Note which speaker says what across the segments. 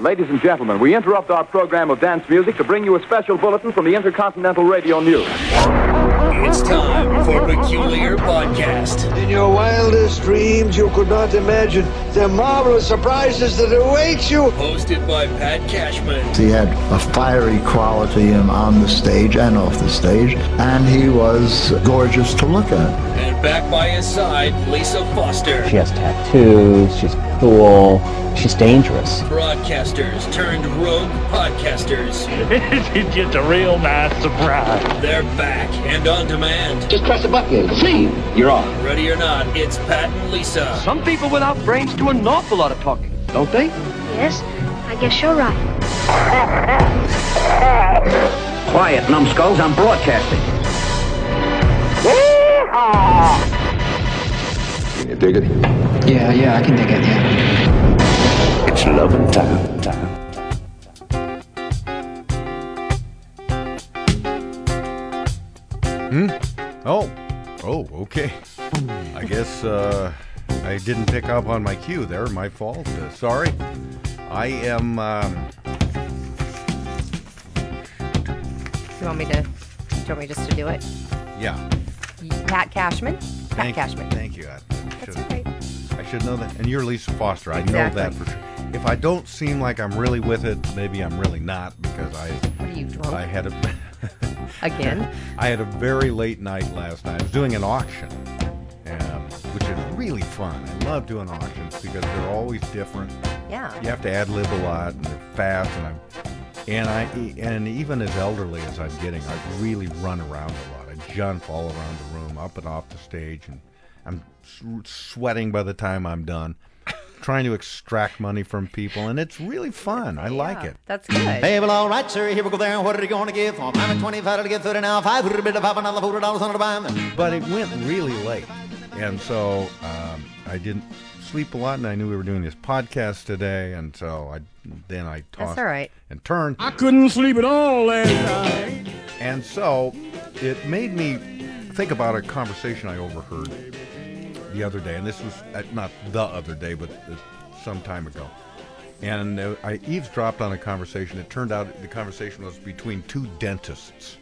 Speaker 1: Ladies and gentlemen, we interrupt our program of dance music to bring you a special bulletin from the Intercontinental Radio News.
Speaker 2: It's time for Peculiar Podcast.
Speaker 3: In your wildest dreams, you could not imagine the marvelous surprises that await you.
Speaker 2: Hosted by Pat Cashman.
Speaker 4: He had a fiery quality in, on the stage and off the stage, and he was gorgeous to look at.
Speaker 2: And back by his side, Lisa Foster.
Speaker 5: She has tattoos. She's cool. She's dangerous.
Speaker 2: Broadcasters turned rogue podcasters.
Speaker 6: it's just a real nice surprise.
Speaker 2: They're back and on demand.
Speaker 7: Just press a button. See, you're on.
Speaker 2: Ready or not, it's Pat and Lisa.
Speaker 8: Some people without brains do an awful lot of talking, don't they?
Speaker 9: Yes, I guess you're right.
Speaker 7: Quiet, numbskulls. I'm broadcasting.
Speaker 1: Can you dig it?
Speaker 7: Yeah, yeah, I can dig it. Yeah. It's loving time.
Speaker 10: Oh, oh, okay. I guess uh, I didn't pick up on my cue there. My fault. Uh, sorry. I am. Um,
Speaker 11: You want me to? Do you want me just to do it?
Speaker 10: yeah.
Speaker 11: Pat Cashman. Pat
Speaker 10: Thank
Speaker 11: Cashman.
Speaker 10: you. Thank you. I should,
Speaker 11: That's all right.
Speaker 10: I should know that. And you're Lisa Foster. I know
Speaker 11: Exactly.
Speaker 10: that for sure. If I don't seem like I'm really with it, maybe I'm really not because I
Speaker 11: What are you drunk
Speaker 10: I had a.
Speaker 11: again?
Speaker 10: I had a very late night last night. I was doing an auction, um, which is really fun. I love doing auctions because they're always different.
Speaker 11: Yeah.
Speaker 10: You have to ad lib a lot and they're fast, and I'm and I and even as elderly as I'm getting, I really run around a lot. I jump all around the room, up and off the stage, and I'm s- sweating by the time I'm done. Trying to extract money from people, and it's really fun. I like
Speaker 11: Yeah,
Speaker 10: it.
Speaker 11: That's good.
Speaker 8: Hey, well, all right, sir. Here we go there. What are you going to give? Oh, I'm at 25, I'll give 30 now. 500, bit of five, another $100 on the band.
Speaker 10: but it went really late. And so um, I didn't sleep a lot, and I knew we were doing this podcast today, and so I then I tossed
Speaker 11: all right.
Speaker 10: and turned,
Speaker 6: I couldn't sleep at all last night.
Speaker 10: and so it made me think about a conversation I overheard the other day, and this was uh, not the other day, but uh, some time ago. And uh, I eavesdropped on a conversation. It turned out the conversation was between two dentists.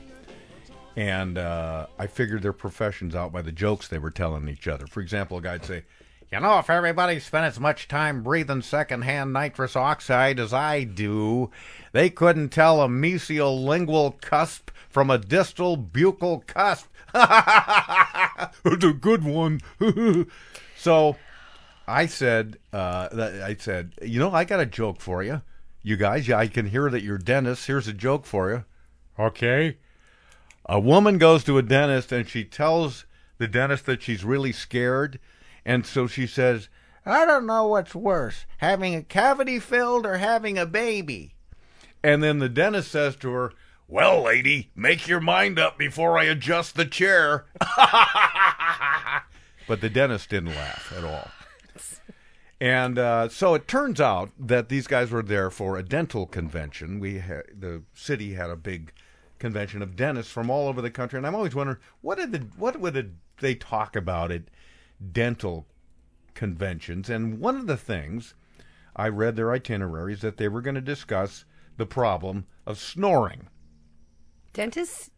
Speaker 10: and uh, I figured their professions out by the jokes they were telling each other. For example, a guy'd say, "You know, if everybody spent as much time breathing secondhand nitrous oxide as I do, they couldn't tell a mesial lingual cusp from a distal buccal cusp." it's a good one. so I said, uh, th- I said, you know, I got a joke for you, you guys. Yeah, I can hear that you're dentists. Here's a joke for you. Okay. A woman goes to a dentist and she tells the dentist that she's really scared. And so she says, I don't know what's worse, having a cavity filled or having a baby. And then the dentist says to her, Well, lady, make your mind up before I adjust the chair. but the dentist didn't laugh at all. And uh, so it turns out that these guys were there for a dental convention. We ha- the city had a big convention of dentists from all over the country, and I'm always wondering what did the what would it- they talk about at dental conventions? And one of the things I read their itineraries that they were going to discuss the problem of snoring.
Speaker 11: Dentists.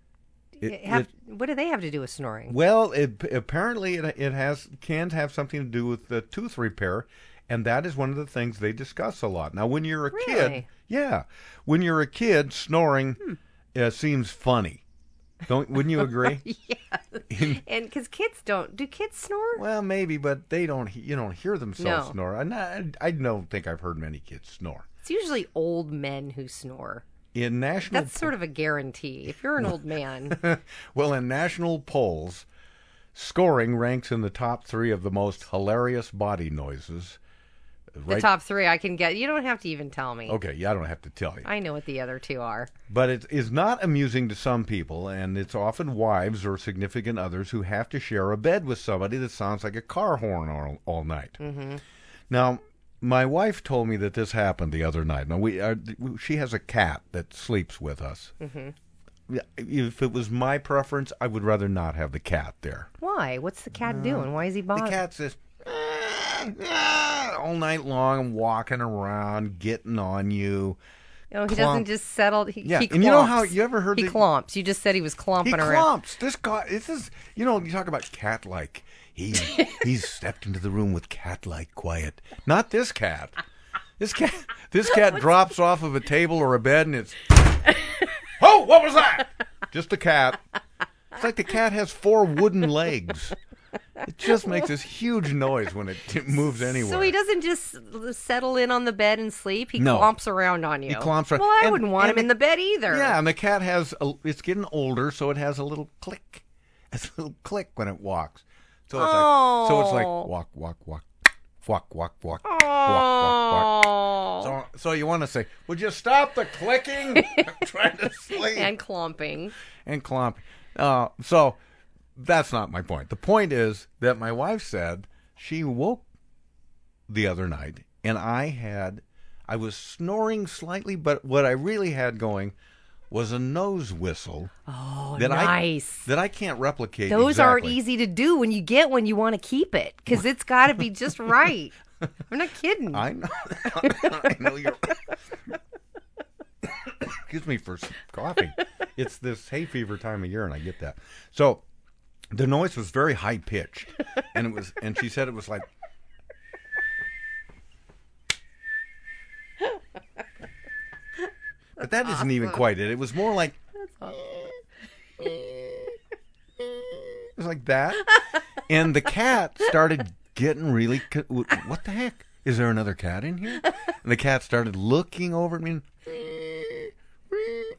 Speaker 10: It-
Speaker 11: have,
Speaker 10: it-
Speaker 11: what do they have to do with snoring?
Speaker 10: Well, it, apparently it, it has can have something to do with the tooth repair, and that is one of the things they discuss a lot. Now, when you're a kid,
Speaker 11: Really? Hmm.
Speaker 10: yeah, when you're a kid, snoring uh, seems funny. Don't wouldn't you agree?
Speaker 11: And because kids don't, do kids snore?
Speaker 10: Well, maybe, but they don't. he- You don't hear themselves
Speaker 11: No.
Speaker 10: snore. And I, I don't think I've heard many kids snore.
Speaker 11: It's usually old men who snore.
Speaker 10: In national
Speaker 11: That's sort of a guarantee. If you're an old man,
Speaker 10: well, in national polls, scoring ranks in the top three of the most hilarious body noises.
Speaker 11: the top three I can get. You don't have to even tell me.
Speaker 10: Okay, yeah, I don't have to tell you.
Speaker 11: I know what the other two are.
Speaker 10: But it is not amusing to some people, and it's often wives or significant others who have to share a bed with somebody that sounds like a car horn all, all night. Now, my wife told me that this happened the other night. Now, we are, she has a cat that sleeps with us. Yeah, If it was my preference, I would rather not have the cat there.
Speaker 11: Why? What's the cat doing? Why is he
Speaker 10: Uh, The
Speaker 11: bothering?
Speaker 10: cat says, ah, ah," all night long. I'm walking around, getting on you.
Speaker 11: No, he
Speaker 10: Clomp.
Speaker 11: doesn't just settle. He,
Speaker 10: Yeah,
Speaker 11: he
Speaker 10: and you know
Speaker 11: clomps.
Speaker 10: how- you ever heard
Speaker 11: he
Speaker 10: the-
Speaker 11: clomps? You just said he was clomping
Speaker 10: He
Speaker 11: around.
Speaker 10: clomps. This guy, this is, you know, you talk about cat like. He he's stepped into the room with cat like quiet. Not this cat. This cat. This cat drops off of a table or a bed, and it's. Oh, what was that? Just a cat. It's like the cat has four wooden legs. It just makes this huge noise when it t- moves anywhere.
Speaker 11: So he doesn't just l- settle in on the bed and sleep. He
Speaker 10: No.
Speaker 11: clomps around on you.
Speaker 10: He clomps around-
Speaker 11: Well, I
Speaker 10: and-
Speaker 11: wouldn't want
Speaker 10: and
Speaker 11: him in
Speaker 10: the-
Speaker 11: the bed either.
Speaker 10: Yeah, and the cat has a, it's getting older, so it has a little click, it's a little click when it walks. So it's like so it's like
Speaker 11: Oh.
Speaker 10: walk walk walk walk walk walk walk walk
Speaker 11: Oh.
Speaker 10: walk. So so you want to say, would you stop the clicking? I'm trying to sleep
Speaker 11: and clomping.
Speaker 10: and clomp. Uh, so that's not my point. The point is that my wife said she woke the other night and I had, I was snoring slightly, but what I really had going was a nose whistle.
Speaker 11: Oh,
Speaker 10: that
Speaker 11: nice.
Speaker 10: I, that I can't replicate.
Speaker 11: Those aren't
Speaker 10: exactly.
Speaker 11: easy to do when you get one. You want to keep it because it's got to be just right. I'm not kidding.
Speaker 10: I know. I know you're. Excuse me for coughing. It's this hay fever time of year, and I get that. So, the noise was very high pitched, and it was. And she said it was like. But that isn't even quite it. It was more like It was like that. and the cat started getting really. co- w- What the heck? Is there another cat in here? And the cat started looking over at me.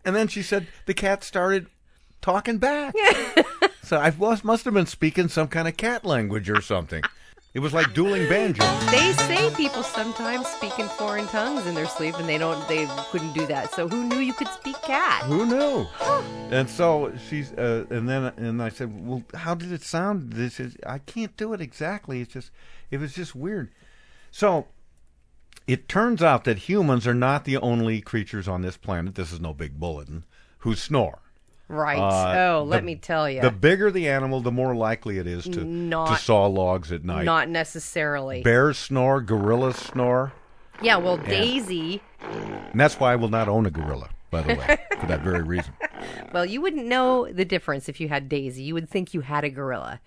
Speaker 10: And then she said the cat started talking back. so I was, must have been speaking some kind of cat language or something. It was like dueling banjos.
Speaker 11: They say people sometimes speak in foreign tongues in their sleep, and they don't. They couldn't do that. So who knew you could speak cat?
Speaker 10: Who knew? and so she's, uh, and then and I said, well, how did it sound? This is, I can't do it exactly. It's just, it was just weird. So it turns out that humans are not the only creatures on this planet. This is no big bulletin who snore.
Speaker 11: Right.
Speaker 10: Uh,
Speaker 11: oh, let
Speaker 10: the-
Speaker 11: me tell you.
Speaker 10: The bigger the animal, the more likely it is to to
Speaker 11: Not-
Speaker 10: saw logs at night.
Speaker 11: Not necessarily.
Speaker 10: Bears snore, gorillas snore,
Speaker 11: yeah. Well,
Speaker 10: Yeah.
Speaker 11: Daisy.
Speaker 10: and that's why I will not own a gorilla. By the way, for that very reason.
Speaker 11: Well, you wouldn't know the difference if you had Daisy. You would think you had a gorilla.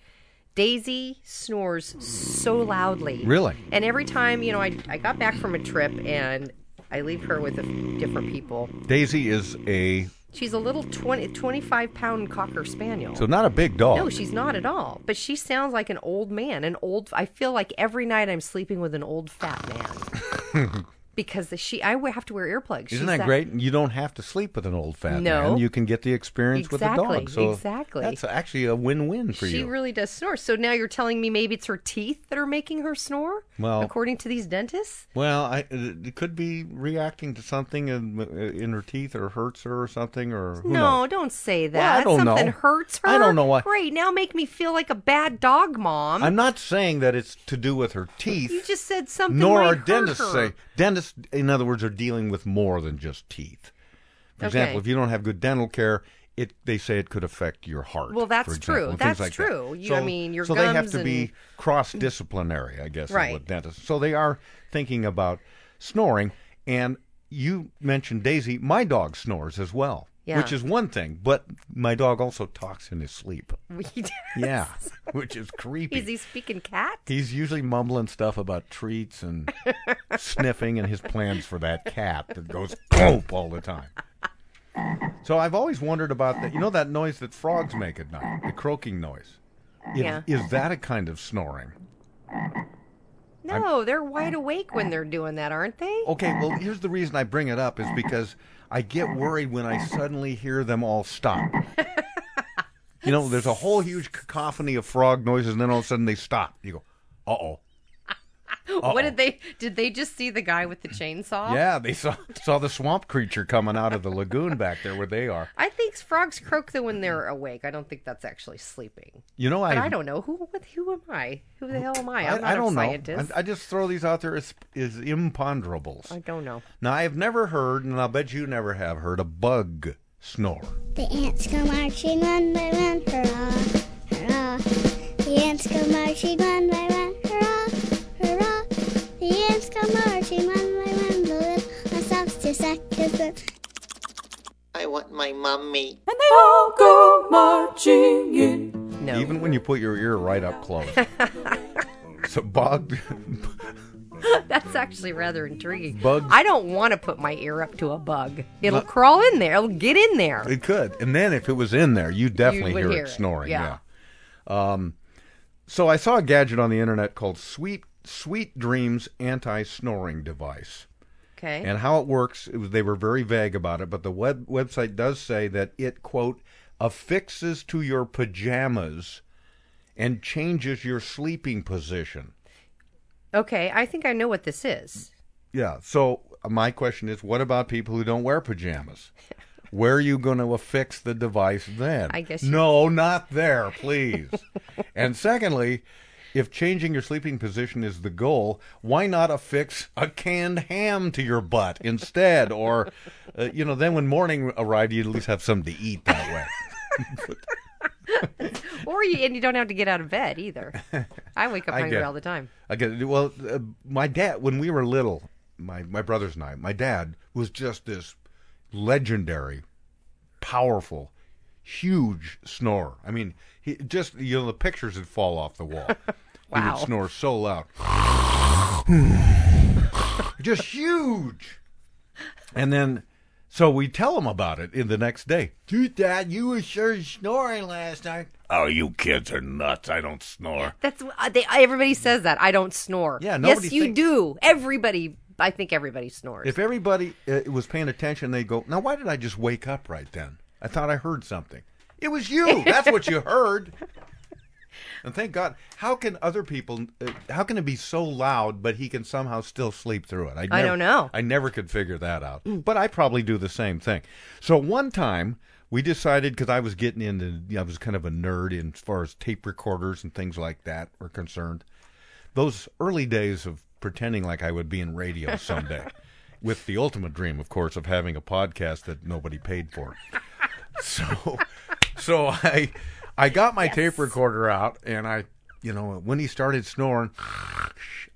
Speaker 11: Daisy snores so loudly.
Speaker 10: Really?
Speaker 11: And every time, you know, I, I got back from a trip and I leave her with a f different people.
Speaker 10: Daisy is a
Speaker 11: She's a little 20, 25 pound cocker spaniel.
Speaker 10: so not a big dog.
Speaker 11: No, she's not at all. But she sounds like an old man. An old. I feel like every night I'm sleeping with an old fat man because she. I have to wear earplugs. She's
Speaker 10: Isn't that, great? You don't have to sleep with an old fat
Speaker 11: No.
Speaker 10: man. You can get the experience with a
Speaker 11: Exactly,
Speaker 10: dog. So
Speaker 11: exactly.
Speaker 10: That's actually a win-win for
Speaker 11: she
Speaker 10: you.
Speaker 11: really does snore. So now you're telling me maybe it's her teeth that are making her snore?
Speaker 10: Well-
Speaker 11: according to these dentists?
Speaker 10: well, I, it could be reacting to something in, uh, in her teeth, or hurts her, or something, or who
Speaker 11: no,
Speaker 10: knows?
Speaker 11: don't say that.
Speaker 10: I don't
Speaker 11: Something
Speaker 10: know.
Speaker 11: hurts her.
Speaker 10: I don't know why-
Speaker 11: Great. Now make me feel like a bad dog mom.
Speaker 10: I'm not saying that it's to do with her
Speaker 11: you
Speaker 10: teeth.
Speaker 11: just said something.
Speaker 10: Nor
Speaker 11: might
Speaker 10: are
Speaker 11: hurt
Speaker 10: dentists
Speaker 11: her.
Speaker 10: say dentists. In other words, are dealing with more than just teeth. For example,
Speaker 11: Okay.
Speaker 10: if you don't have good dental care, it they say it could affect your heart.
Speaker 11: Well, that's
Speaker 10: for example,
Speaker 11: true.
Speaker 10: and things
Speaker 11: That's
Speaker 10: like
Speaker 11: true.
Speaker 10: That.
Speaker 11: You- I mean, your
Speaker 10: so they have
Speaker 11: gums
Speaker 10: to be
Speaker 11: and-
Speaker 10: cross-disciplinary, I guess, is
Speaker 11: Right.
Speaker 10: what dentists. So they are thinking about snoring. And you mentioned Daisy. My dog snores as well,
Speaker 11: Yeah.
Speaker 10: which is one thing. But my dog also talks in his sleep. Yeah, which is creepy.
Speaker 11: Is he speaking cat?
Speaker 10: He's usually mumbling stuff about treats and sniffing and his plans for that cat that goes poop all the time. So I've always wondered about that. You know that noise that frogs make at night, the croaking noise. Is,
Speaker 11: Yeah.
Speaker 10: is that a kind of snoring?
Speaker 11: No, they're wide awake when they're doing that, aren't they?
Speaker 10: Okay, well here's the reason I bring it up is because I get worried when I suddenly hear them all stop. You know, there's a whole huge cacophony of frog noises, and then all of a sudden they stop. You go, uh oh.
Speaker 11: What did they? Did they just see the guy with the chainsaw?
Speaker 10: Yeah, they saw saw the swamp creature coming out of the lagoon back there where they are.
Speaker 11: I think frogs croak though when they're awake. I don't think that's actually sleeping.
Speaker 10: You know,
Speaker 11: But
Speaker 10: I
Speaker 11: I don't know who. What, who am I? Who the hell am I?
Speaker 10: I,
Speaker 11: I'm not
Speaker 10: I don't
Speaker 11: a
Speaker 10: know.
Speaker 11: scientist.
Speaker 10: I, I just throw these out there as is imponderables.
Speaker 11: I don't know.
Speaker 10: Now I have never heard, and I'll bet you never have heard a bug snore.
Speaker 12: The ants go marching one by one, hurrah, hurrah. The ants go marching one by one, hurrah, hurrah. the saxophone.
Speaker 13: I want my mummy.
Speaker 12: And they all go marching in.
Speaker 11: No.
Speaker 10: Even when you put your ear right up close. so Bob,
Speaker 11: That's actually rather intriguing.
Speaker 10: Bugs-
Speaker 11: I don't want to put my ear up to a bug. It'll
Speaker 10: No.
Speaker 11: crawl in there. It'll get in there.
Speaker 10: it could. And then if it was in there, you definitely
Speaker 11: would
Speaker 10: hear,
Speaker 11: hear
Speaker 10: it
Speaker 11: it,
Speaker 10: snoring.
Speaker 11: yeah.
Speaker 10: Yeah. Um, so I saw a gadget on the internet called Sweet Sweet Dreams anti-snoring device.
Speaker 11: Okay.
Speaker 10: And how it works, it was, they were very vague about it, but the web website does say that it quote affixes to your pajamas and changes your sleeping position.
Speaker 11: okay, I think I know what this is.
Speaker 10: Yeah. So my question is, what about people who don't wear pajamas? Where are you going to affix the device then?
Speaker 11: I guess you-
Speaker 10: No, not there, please. and secondly, if changing your sleeping position is the goal, why not affix a canned ham to your butt instead? or, uh, you know, then when morning arrived, you at least have something to eat that way.
Speaker 11: Or you, and you don't have to get out of bed either. I wake up
Speaker 10: I
Speaker 11: hungry
Speaker 10: get-
Speaker 11: all the time.
Speaker 10: I get it. Well, uh, my dad, when we were little, my, my brothers and I, my dad was just this legendary, powerful, huge snorer. I mean, he just, you know, the pictures would fall off the wall. He
Speaker 11: Wow.
Speaker 10: would snore so loud. just huge. And then, so we tell him about it in the next day. Dude, Dad, you were sure snoring last night. Oh, you kids are nuts. I don't snore.
Speaker 11: That's uh, they, everybody says that. I don't snore. Yeah,
Speaker 10: nobody
Speaker 11: Yes, you
Speaker 10: thinks-
Speaker 11: do. Everybody, I think everybody snores.
Speaker 10: If everybody uh, was paying attention, they'd go, Now, why did I just wake up right then? I thought I heard something. It was you. That's what you heard. And thank God. How can other people, uh, how can it be so loud, but he can somehow still sleep through it?
Speaker 11: I don't know. Mm.
Speaker 10: I never could figure that out. But I probably do the same thing. So one time we decided, because I was getting into, you know, I was kind of a nerd in, as far as tape recorders and things like that were concerned. Those early days of pretending like I would be in radio someday, with the ultimate dream, of course, of having a podcast that nobody paid for. So, so I, I got my tape recorder out, and I, you know, when he started snoring,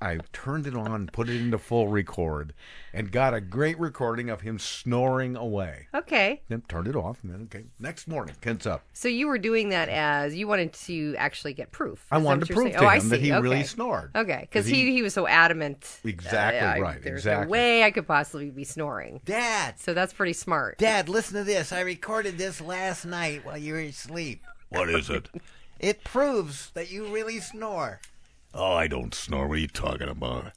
Speaker 10: I turned it on, put it into full record, and got a great recording of him snoring away.
Speaker 11: okay,
Speaker 10: Then turned it off, and then okay, next morning, Ken's up.
Speaker 11: so you were doing that as you wanted to actually get proof.
Speaker 10: I
Speaker 11: Is that
Speaker 10: wanted
Speaker 11: what
Speaker 10: to
Speaker 11: you're
Speaker 10: prove
Speaker 11: saying?
Speaker 10: to
Speaker 11: oh, I
Speaker 10: him that
Speaker 11: see.
Speaker 10: he really
Speaker 11: Okay.
Speaker 10: snored.
Speaker 11: Okay, because
Speaker 10: That
Speaker 11: he,
Speaker 10: he-
Speaker 11: he was so adamant.
Speaker 10: Exactly
Speaker 11: I-
Speaker 10: right,
Speaker 11: There's
Speaker 10: exactly.
Speaker 11: no way I could possibly be snoring.
Speaker 8: Dad!
Speaker 11: So that's pretty smart.
Speaker 8: Dad, listen to this. I recorded this last night while you were asleep.
Speaker 14: What is it?
Speaker 8: It proves that you really snore.
Speaker 14: Oh, I don't snore. What are you talking about?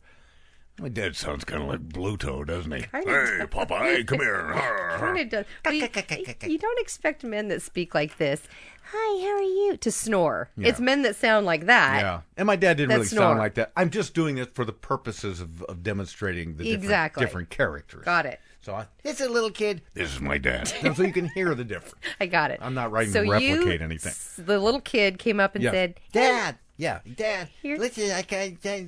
Speaker 14: My dad sounds kind of like Bluto, doesn't he?
Speaker 11: Kinda
Speaker 14: hey,
Speaker 11: does.
Speaker 14: Popeye, come here.
Speaker 11: Kind of does. But you, you don't expect men that speak like this. Hi, how are you? To snore.
Speaker 10: Yeah.
Speaker 11: It's men that sound like that.
Speaker 10: Yeah, and my dad didn't
Speaker 11: that
Speaker 10: really
Speaker 11: snore.
Speaker 10: sound like that. I'm just doing this for the purposes of, of demonstrating the different,
Speaker 11: Exactly.
Speaker 10: different characters.
Speaker 11: Got it.
Speaker 10: So I,
Speaker 8: It's a little kid.
Speaker 10: this is my dad, And so you can hear the difference.
Speaker 11: I got it.
Speaker 10: I'm not writing
Speaker 11: So
Speaker 10: to replicate
Speaker 11: you,
Speaker 10: anything.
Speaker 11: The little kid came up and
Speaker 10: Yes.
Speaker 11: said,
Speaker 8: Dad! Yeah.
Speaker 14: Dad,
Speaker 8: listen, I, I, I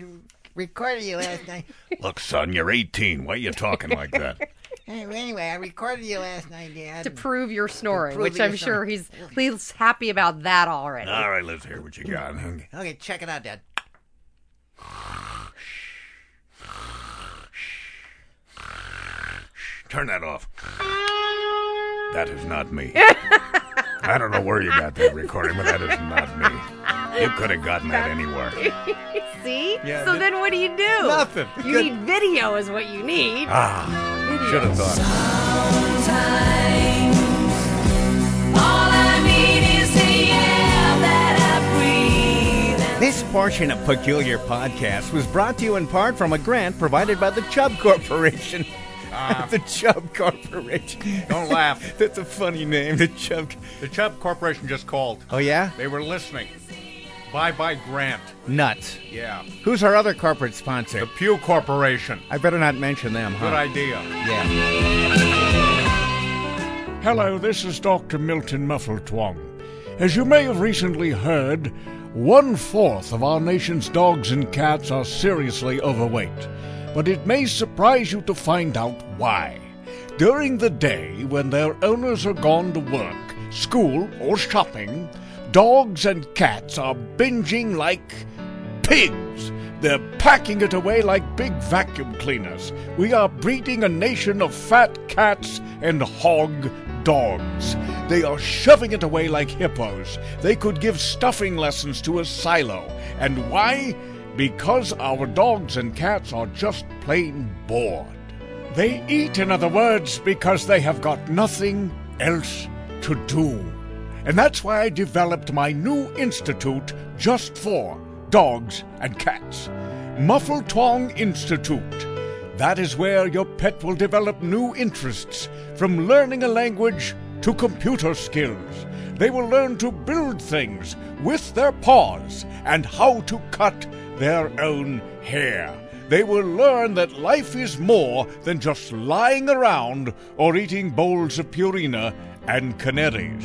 Speaker 8: recorded you last night.
Speaker 14: Look, son, you're 18. Why are you talking like that?
Speaker 8: Anyway, anyway, I recorded you last night, Dad.
Speaker 11: to prove you're snoring,
Speaker 8: prove
Speaker 11: which
Speaker 8: that
Speaker 11: I'm
Speaker 8: you're
Speaker 11: sure
Speaker 8: snoring.
Speaker 11: he's he's happy about that already.
Speaker 14: All right, let's hear what you got.
Speaker 8: Okay, check it out, Dad.
Speaker 14: Turn that off. That is not me. I don't know where you got that recording, but that is not me. You could have gotten that anywhere.
Speaker 11: See?
Speaker 14: Yeah,
Speaker 11: so
Speaker 14: but-
Speaker 11: then what do you do?
Speaker 14: Nothing.
Speaker 11: You
Speaker 14: Good.
Speaker 11: need video is what you need.
Speaker 14: Ah, should have thought.
Speaker 15: This portion of Peculiar Podcast was brought to you in part from a grant provided by the Chubb Corporation.
Speaker 10: Ah.
Speaker 15: the Chubb Corporation.
Speaker 10: Don't laugh.
Speaker 15: That's a funny name, the Chubb.
Speaker 10: The Chubb Corporation just called.
Speaker 15: Oh, yeah?
Speaker 10: They were listening. Bye bye, Grant.
Speaker 15: Nuts.
Speaker 10: Yeah.
Speaker 15: Who's our other corporate sponsor? The
Speaker 10: Pew Corporation.
Speaker 15: I better not mention them, huh?
Speaker 16: Good idea.
Speaker 15: Yeah.
Speaker 16: Hello, this is Dr. Milton Muffletwong. As you may have recently heard, one fourth of our nation's dogs and cats are seriously overweight, but it may surprise you to find out why. During the day, when their owners are gone to work, school, or shopping, dogs and cats are binging like pigs,
Speaker 10: They're packing it away like big vacuum cleaners. We are breeding a nation of fat cats and hog dogs. They are shoving it away like hippos. They could give stuffing lessons to a silo. And why? Because our dogs and cats are just plain bored. They eat, in other words, because they have got nothing else to do. And that's why I developed my new institute just for dogs and cats. Muffle Twong Institute. That is where your pet will develop new interests, from learning a language to computer skills. They will learn to build things with their paws and how to cut their own hair. They will learn that life is more than just lying around or eating bowls of Purina and canaries.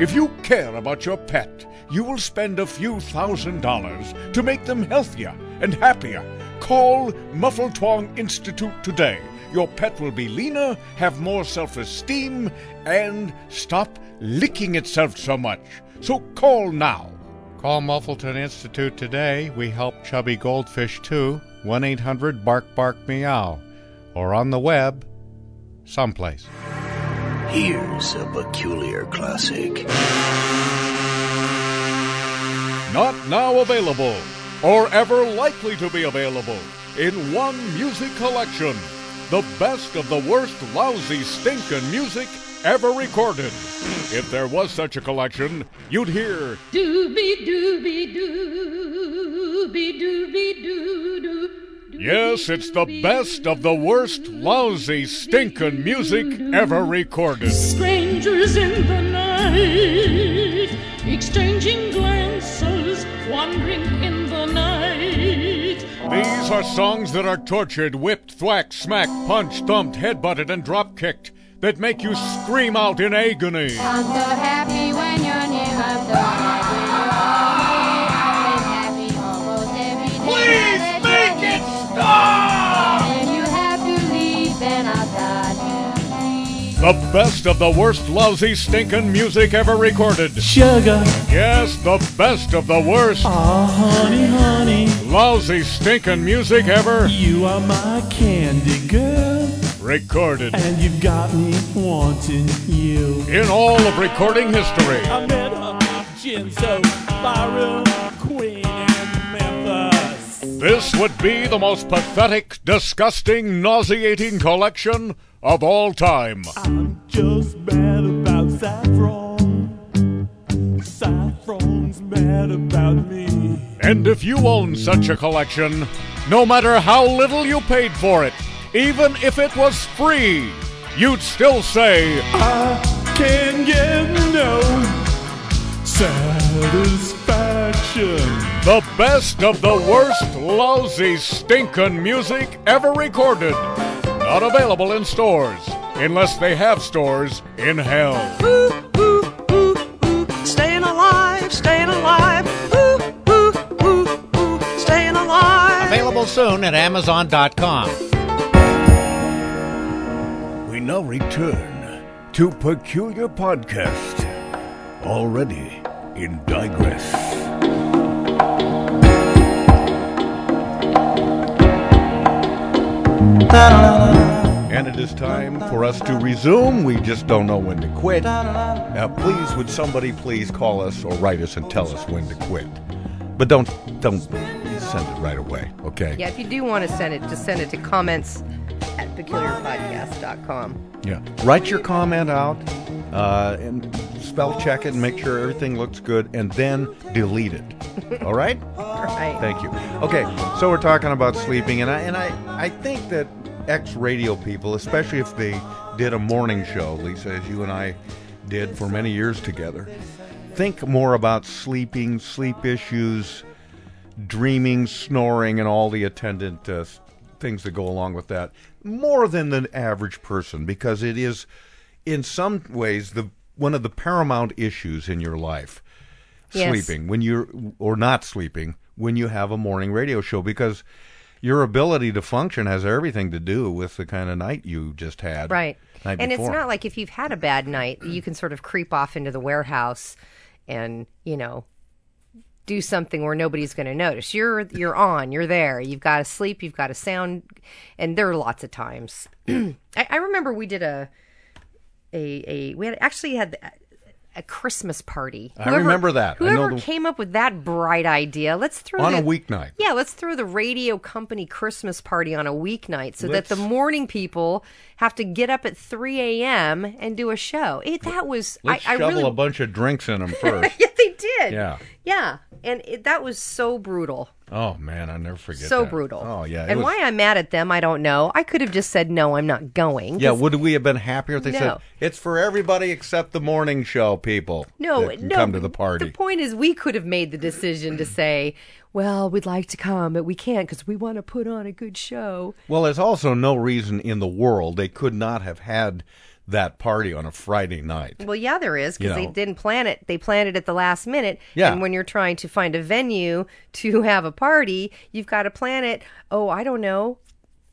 Speaker 10: If you care about your pet, you will spend a few thousand dollars to make them healthier and happier. Call Muffle Twang Institute today. Your pet will be leaner, have more self esteem, and stop licking itself so much. So call now.
Speaker 17: Call Muffleton Institute today. We help chubby goldfish too. 1 800 Bark Bark Meow. Or on the web, someplace.
Speaker 4: Here's a peculiar classic.
Speaker 10: Not now available, or ever likely to be available, in one music collection. The best of the worst lousy stinkin' music ever recorded. If there was such a collection, you'd hear
Speaker 12: Doobie doobie doobie doobie doo doo.
Speaker 10: Yes, it's the best of the worst lousy stinkin' music ever recorded.
Speaker 12: Strangers in the night, exchanging glances, wandering in the night.
Speaker 10: These are songs that are tortured, whipped, thwacked, smacked, punched, thumped, headbutted, and drop kicked that make you scream out in agony.
Speaker 12: I'm so happy when you're near. I'm so happy when you're near. I've been happy almost every day. Please make it stop! When you have to leave, then I'll die.
Speaker 10: The best of the worst lousy stinkin' music ever recorded.
Speaker 12: Sugar. Ah,
Speaker 10: Yes, the best of the worst.
Speaker 12: honey, honey.
Speaker 10: Lousy stinkin' music ever.
Speaker 12: You are my candy girl.
Speaker 10: Recorded.
Speaker 12: And you've got me wanting you.
Speaker 10: In all of recording history.
Speaker 12: I met her, Jinzo, Byron, Queen, and Memphis.
Speaker 10: This would be the most pathetic, disgusting, nauseating collection of all time.
Speaker 12: I'm just mad about Saffron. Saffron's mad about me.
Speaker 10: And if you own such a collection, no matter how little you paid for it, even if it was free, you'd still say,
Speaker 12: I can get no satisfaction.
Speaker 10: The best of the worst lousy stinkin' music ever recorded. Not available in stores, unless they have stores in hell.
Speaker 12: Staying alive, staying alive. Ooh, ooh, ooh, ooh, staying alive.
Speaker 18: Available soon at Amazon.com.
Speaker 19: We now return to Peculiar Podcast, already in digress.
Speaker 20: And it is time for us to resume. We just don't know when to quit. Now, please, would somebody please call us or write us and tell us when to quit? But don't don't send it right away, okay?
Speaker 11: Yeah, if you do want to send it, just send it to comments at peculiarpodcast.com.
Speaker 20: Yeah. Write your comment out uh, and spell check it and make sure everything looks good and then delete it. All right?
Speaker 11: Right.
Speaker 20: Thank you. Okay, so we're talking about sleeping and I and I, I think that ex radio people, especially if they did a morning show, Lisa, as you and I did for many years together, think more about sleeping, sleep issues, dreaming, snoring, and all the attendant uh, s- things that go along with that more than the average person because it is, in some ways, the one of the paramount issues in your life.
Speaker 11: Yes.
Speaker 20: Sleeping when you're or not sleeping when you have a morning radio show because your ability to function has everything to do with the kind of night you just had.
Speaker 11: Right.
Speaker 20: Night
Speaker 11: and
Speaker 20: before.
Speaker 11: it's not like if you've had a bad night, you can sort of creep off into the warehouse and, you know, do something where nobody's going to notice. You're you're on. You're there. You've got to sleep. You've got to sound. And there are lots of times. I, I remember we did a a a we had actually had a Christmas party.
Speaker 10: I remember that. I know
Speaker 11: Whoever
Speaker 10: the-
Speaker 11: came up with that bright idea? Let's throw
Speaker 10: on
Speaker 11: the,
Speaker 10: a weeknight.
Speaker 11: Yeah, let's throw the radio company Christmas party on a weeknight so that the
Speaker 10: Let's-
Speaker 11: morning people have to get up at 3 a.m. and do a show. It, that was
Speaker 10: Let's
Speaker 11: I, I
Speaker 10: shovel
Speaker 11: really
Speaker 10: a bunch of drinks in them first.
Speaker 11: yeah, they did.
Speaker 10: Yeah.
Speaker 11: Yeah. And it, that was so brutal.
Speaker 10: Oh man, I never forget.
Speaker 11: so
Speaker 10: that.
Speaker 11: brutal.
Speaker 10: Oh yeah. it
Speaker 11: And
Speaker 10: was-
Speaker 11: why I'm mad at them, I don't know. I could have just said, no, I'm not going.
Speaker 10: Yeah, would we have been happier if they said
Speaker 11: No.
Speaker 10: it's for everybody except the morning show people?
Speaker 11: No,
Speaker 10: that can
Speaker 11: no,
Speaker 10: come to the party.
Speaker 11: The point is, we could have made the decision to say, well, we'd like to come, but we can't because we want to put on a good show.
Speaker 10: Well, there's also no reason in the world they could not have had that party on a Friday night.
Speaker 11: Well, yeah, there is
Speaker 10: You
Speaker 11: because they
Speaker 10: know.
Speaker 11: didn't plan it. They planned it at the last minute.
Speaker 10: Yeah.
Speaker 11: And when you're trying to find a venue to have a party, you've got to plan it. Oh, I don't know,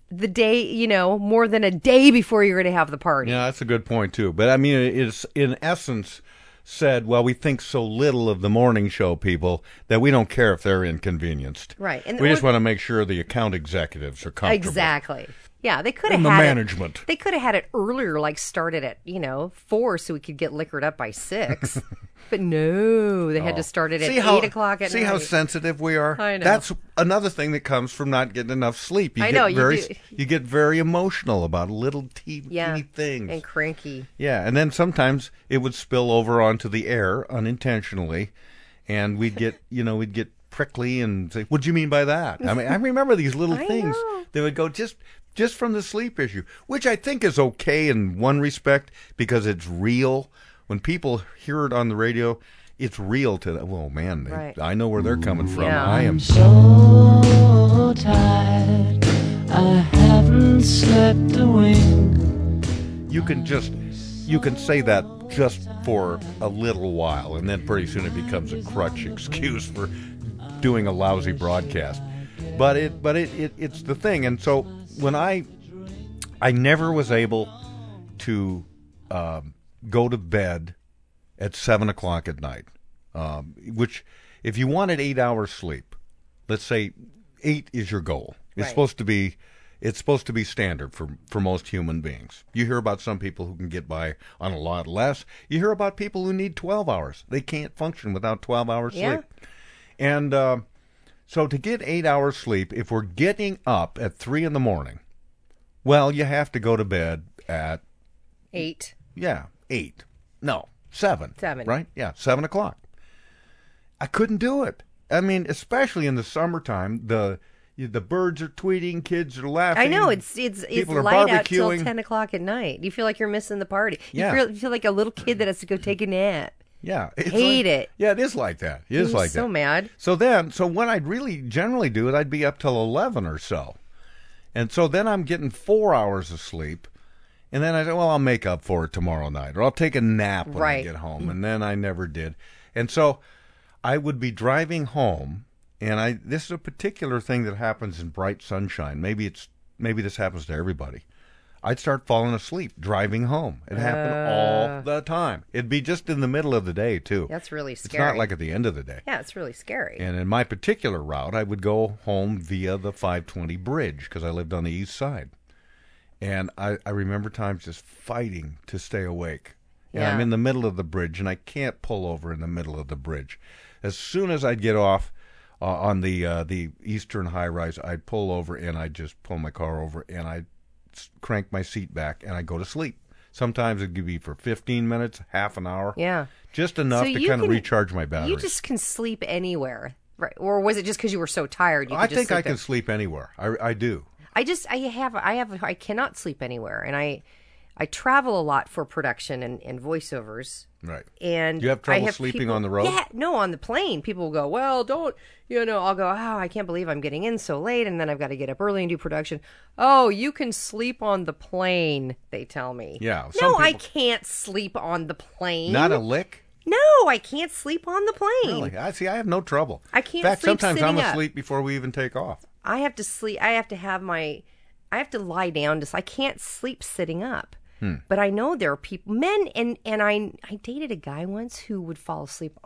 Speaker 11: the day, you know, more than a day before you're going to have the party.
Speaker 10: Yeah, that's a good point too. But I mean, it's in essence said, well, we think so little of the morning show people that we don't care if they're inconvenienced.
Speaker 11: Right, and
Speaker 10: we just
Speaker 11: what-
Speaker 10: want to make sure the account executives are comfortable.
Speaker 11: Exactly. Yeah, they could have
Speaker 10: And the
Speaker 11: had it-
Speaker 10: management.
Speaker 11: they could have had it earlier, like started at you know four, so we could get liquored up by six. but no, they had
Speaker 10: Oh.
Speaker 11: to start it at
Speaker 10: See
Speaker 11: eight
Speaker 10: how-
Speaker 11: o'clock at
Speaker 10: see
Speaker 11: night.
Speaker 10: how sensitive we are.
Speaker 11: I know.
Speaker 10: That's another thing that comes from not getting enough sleep. You
Speaker 11: I
Speaker 10: get
Speaker 11: know, you
Speaker 10: very
Speaker 11: do.
Speaker 10: you get very emotional about little teeny
Speaker 11: yeah,
Speaker 10: things
Speaker 11: and cranky.
Speaker 10: Yeah, and then sometimes it would spill over onto the air unintentionally, and we'd get you know we'd get prickly and say, "What do you mean by that?" I mean, I remember these little
Speaker 11: I
Speaker 10: things
Speaker 11: know.
Speaker 10: that would go just just from the sleep issue, which I think is okay in one respect because it's real. When people hear it on the radio, it's real to them. Well, man, they-
Speaker 12: Right.
Speaker 10: I know where they're coming from.
Speaker 12: Yeah.
Speaker 10: I am.
Speaker 12: So tired, I haven't slept a wink.
Speaker 10: You can just you can say that just for a little while, and then pretty soon it becomes a crutch excuse for doing a lousy broadcast. But it but it, it it's the thing, and so when I I never was able to um, go to bed at seven o'clock at night, um, which if you wanted eight hours sleep, let's say eight is your goal. It's
Speaker 14: Right.
Speaker 10: supposed to be it's supposed to be standard for for most human beings. You hear about some people who can get by on a lot less. You hear about people who need 12 hours. They can't function without 12 hours
Speaker 14: Yeah.
Speaker 10: sleep. And uh, so to get 8 hours sleep, if we're getting up at 3 in the morning, well, you have to go to bed at
Speaker 11: Eight.
Speaker 10: yeah, eight. No, seven.
Speaker 11: Seven.
Speaker 10: Right? Yeah, seven o'clock. I couldn't do it. I mean, especially in the summertime, the the birds are tweeting, kids are laughing.
Speaker 11: I know it's it's it's
Speaker 10: people are
Speaker 11: light out till
Speaker 10: barbecuing.
Speaker 11: ten o'clock at night. You feel like you're missing the party. You
Speaker 10: Yeah.
Speaker 11: feel, you feel like a little kid that has to go take a nap.
Speaker 10: Yeah, it's like-
Speaker 11: Hate it.
Speaker 10: Yeah, it is like that. It is
Speaker 11: I'm
Speaker 10: like
Speaker 11: so
Speaker 10: that.
Speaker 11: mad.
Speaker 10: So then, so what I'd really generally do is I'd be up till eleven or so, and so then I'm getting four hours of sleep, and then I say, well, I'll make up for it tomorrow night, or I'll take a nap when I
Speaker 14: Right.
Speaker 10: get home, and then I never did, and so I would be driving home, and I this is a particular thing that happens in bright sunshine. Maybe it's maybe this happens to everybody. I'd start falling asleep driving home. It happened
Speaker 11: Uh.
Speaker 10: all the time. It'd be just in the middle of the day too.
Speaker 11: That's really
Speaker 10: It's not
Speaker 11: scary.
Speaker 10: like at the end of the day.
Speaker 11: Yeah, it's really scary.
Speaker 10: And in my particular route, I would go home via the 520 bridge because I lived on the east side. And I, I remember times just fighting to stay awake. And I'm
Speaker 14: Yeah.
Speaker 10: in the middle of the bridge and I can't pull over in the middle of the bridge. As soon as I'd get off uh, on the uh, the eastern high rise, I'd pull over and I'd just pull my car over and I'd s- crank my seat back and I'd go to sleep. Sometimes it could be for 15 minutes, half an hour.
Speaker 11: Yeah.
Speaker 10: Just enough
Speaker 11: So
Speaker 10: to
Speaker 11: you
Speaker 10: kind of
Speaker 11: can-
Speaker 10: recharge my batteries.
Speaker 11: You just can sleep anywhere, right? Or was it just because you were so tired? You
Speaker 10: I
Speaker 11: could just
Speaker 10: think I
Speaker 11: sleep
Speaker 10: can
Speaker 11: there?
Speaker 10: sleep anywhere. I, I do.
Speaker 11: I just I have I have I cannot sleep anywhere, and I I travel a lot for production and, and voiceovers.
Speaker 10: Right.
Speaker 11: And
Speaker 10: You have
Speaker 11: I
Speaker 10: trouble sleeping
Speaker 11: people-
Speaker 10: on the road?
Speaker 11: Yeah, no, on the plane, people will go, "Well, don't you know?" I'll go, "Oh, I can't believe I'm getting in so late, and then I've got to get up early and do production." Oh, you can sleep on the plane, they tell me.
Speaker 10: Yeah,
Speaker 11: No,
Speaker 10: some
Speaker 11: I
Speaker 10: people-
Speaker 11: can't sleep on the plane.
Speaker 10: Not a lick.
Speaker 11: No, I can't sleep on the plane.
Speaker 10: Really? I see. I have no trouble.
Speaker 11: I can't
Speaker 10: In fact,
Speaker 11: sleep
Speaker 10: sometimes
Speaker 11: sitting
Speaker 10: I'm
Speaker 11: up.
Speaker 10: asleep before we even take off.
Speaker 11: I have to sleep. I have to have my. I have to lie down. Just I can't sleep sitting up.
Speaker 10: Hmm.
Speaker 11: But I know there are people, men, and and I I dated a guy once who would fall asleep.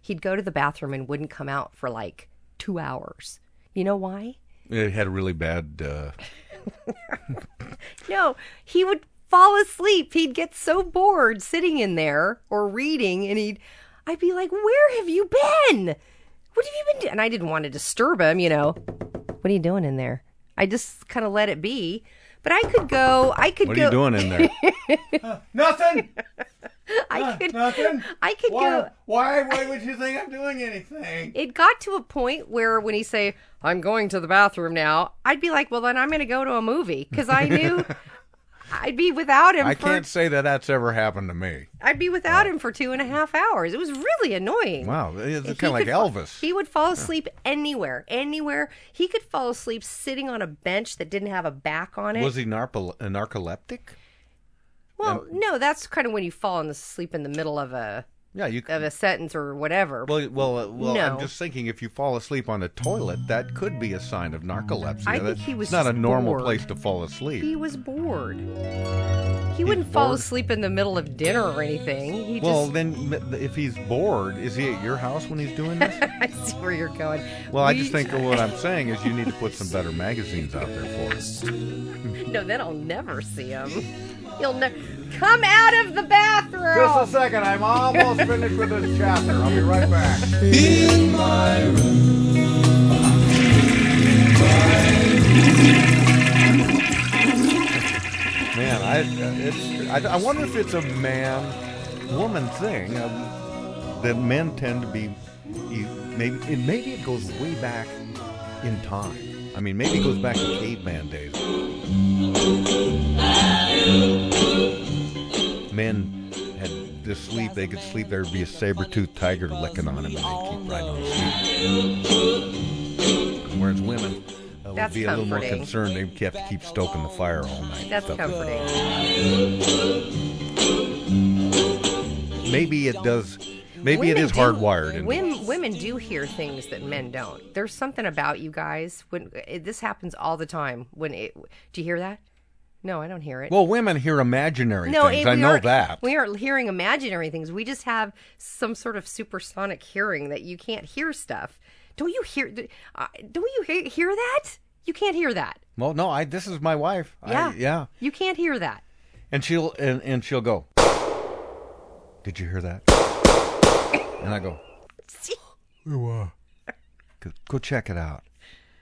Speaker 11: He'd go to the bathroom and wouldn't come out for like two hours. You know why?
Speaker 10: It had a really bad. Uh...
Speaker 11: No, he would fall asleep. He'd get so bored sitting in there or reading, and he'd, I'd be like, Where have you been? What have you been doing? And I didn't want to disturb him, you know. What are you doing in there? I just kind of let it be. But I could go, I could
Speaker 10: What are
Speaker 11: go.
Speaker 10: you doing in there?
Speaker 15: Nothing.
Speaker 11: I could,
Speaker 15: nothing.
Speaker 11: I could
Speaker 15: why,
Speaker 11: go.
Speaker 15: Why? Why would you think I'm doing anything?
Speaker 11: It got to a point where when he say, "I'm going to the bathroom now," I'd be like, "Well, then I'm going to go to a movie," because I knew I'd be without him.
Speaker 10: I
Speaker 11: for,
Speaker 10: can't say that that's ever happened to me.
Speaker 11: I'd be without him for two and a half hours. It was really annoying.
Speaker 10: Uh, Wow, it's
Speaker 11: If
Speaker 10: kind
Speaker 11: he
Speaker 10: of like
Speaker 11: could fa-
Speaker 10: Elvis.
Speaker 11: He would fall asleep anywhere, anywhere. He could fall asleep sitting on a bench that didn't have a back on it.
Speaker 10: Was he narpo- a narcoleptic?
Speaker 11: well, no, that's kind of when you fall in the sleep in the middle of a
Speaker 10: yeah, you,
Speaker 11: of a sentence or whatever.
Speaker 10: Well, well, uh, well.
Speaker 11: No.
Speaker 10: I'm just thinking, if you fall asleep on the toilet, that could be a sign of narcolepsy.
Speaker 11: I
Speaker 10: That-
Speaker 11: think he was
Speaker 10: it's not a
Speaker 11: just
Speaker 10: normal
Speaker 11: bored.
Speaker 10: place to fall asleep.
Speaker 11: He was bored. He wouldn't fall
Speaker 10: bored.
Speaker 11: asleep in the middle of dinner or anything. He
Speaker 10: well,
Speaker 11: just
Speaker 10: then, m- if he's bored, is he at your house when he's doing this?
Speaker 11: I see where you're going.
Speaker 10: Well, I
Speaker 11: We-
Speaker 10: just think that what I'm saying is you need to put some better magazines out there for us.
Speaker 11: No, then I'll never see him. He'll never come out of the bathroom.
Speaker 15: Just a second, I'm almost finished with this chapter. I'll be right back.
Speaker 12: In my room.
Speaker 10: Man, I, uh, it's, I, I wonder if it's a man, woman thing. uh, that men tend to be, e- maybe it, maybe it goes way back in time. I mean, maybe it goes back to caveman days. Men had this sleep; they could sleep. There would be a saber-toothed tiger licking on them, and they'd keep right on sleeping. Whereas women uh, would
Speaker 11: That's
Speaker 10: be a little more
Speaker 11: comforting.
Speaker 10: concerned; they have to keep stoking the fire all night. and
Speaker 11: That's
Speaker 10: stuff like that.
Speaker 11: comforting.
Speaker 10: Maybe it does. Maybe it
Speaker 11: Women
Speaker 10: is
Speaker 11: do-
Speaker 10: hardwired. In
Speaker 11: Women, women do hear things that men don't. There's something about you guys. When it, this happens all the time. When it, do you hear that? No, I don't hear it.
Speaker 10: well, women hear imaginary things.
Speaker 11: it-
Speaker 10: I
Speaker 11: we
Speaker 10: know
Speaker 11: aren't-
Speaker 10: that.
Speaker 11: We aren't hearing imaginary things. We just have some sort of supersonic hearing that you can't hear stuff. Don't you hear? th- Uh, don't you he- hear that? You can't hear that.
Speaker 10: Well, no, I. This is my wife.
Speaker 11: Yeah.
Speaker 10: I, yeah.
Speaker 11: You can't hear that.
Speaker 10: And she'll and, and she'll go. Did you hear that? And I go. Go, go check it out.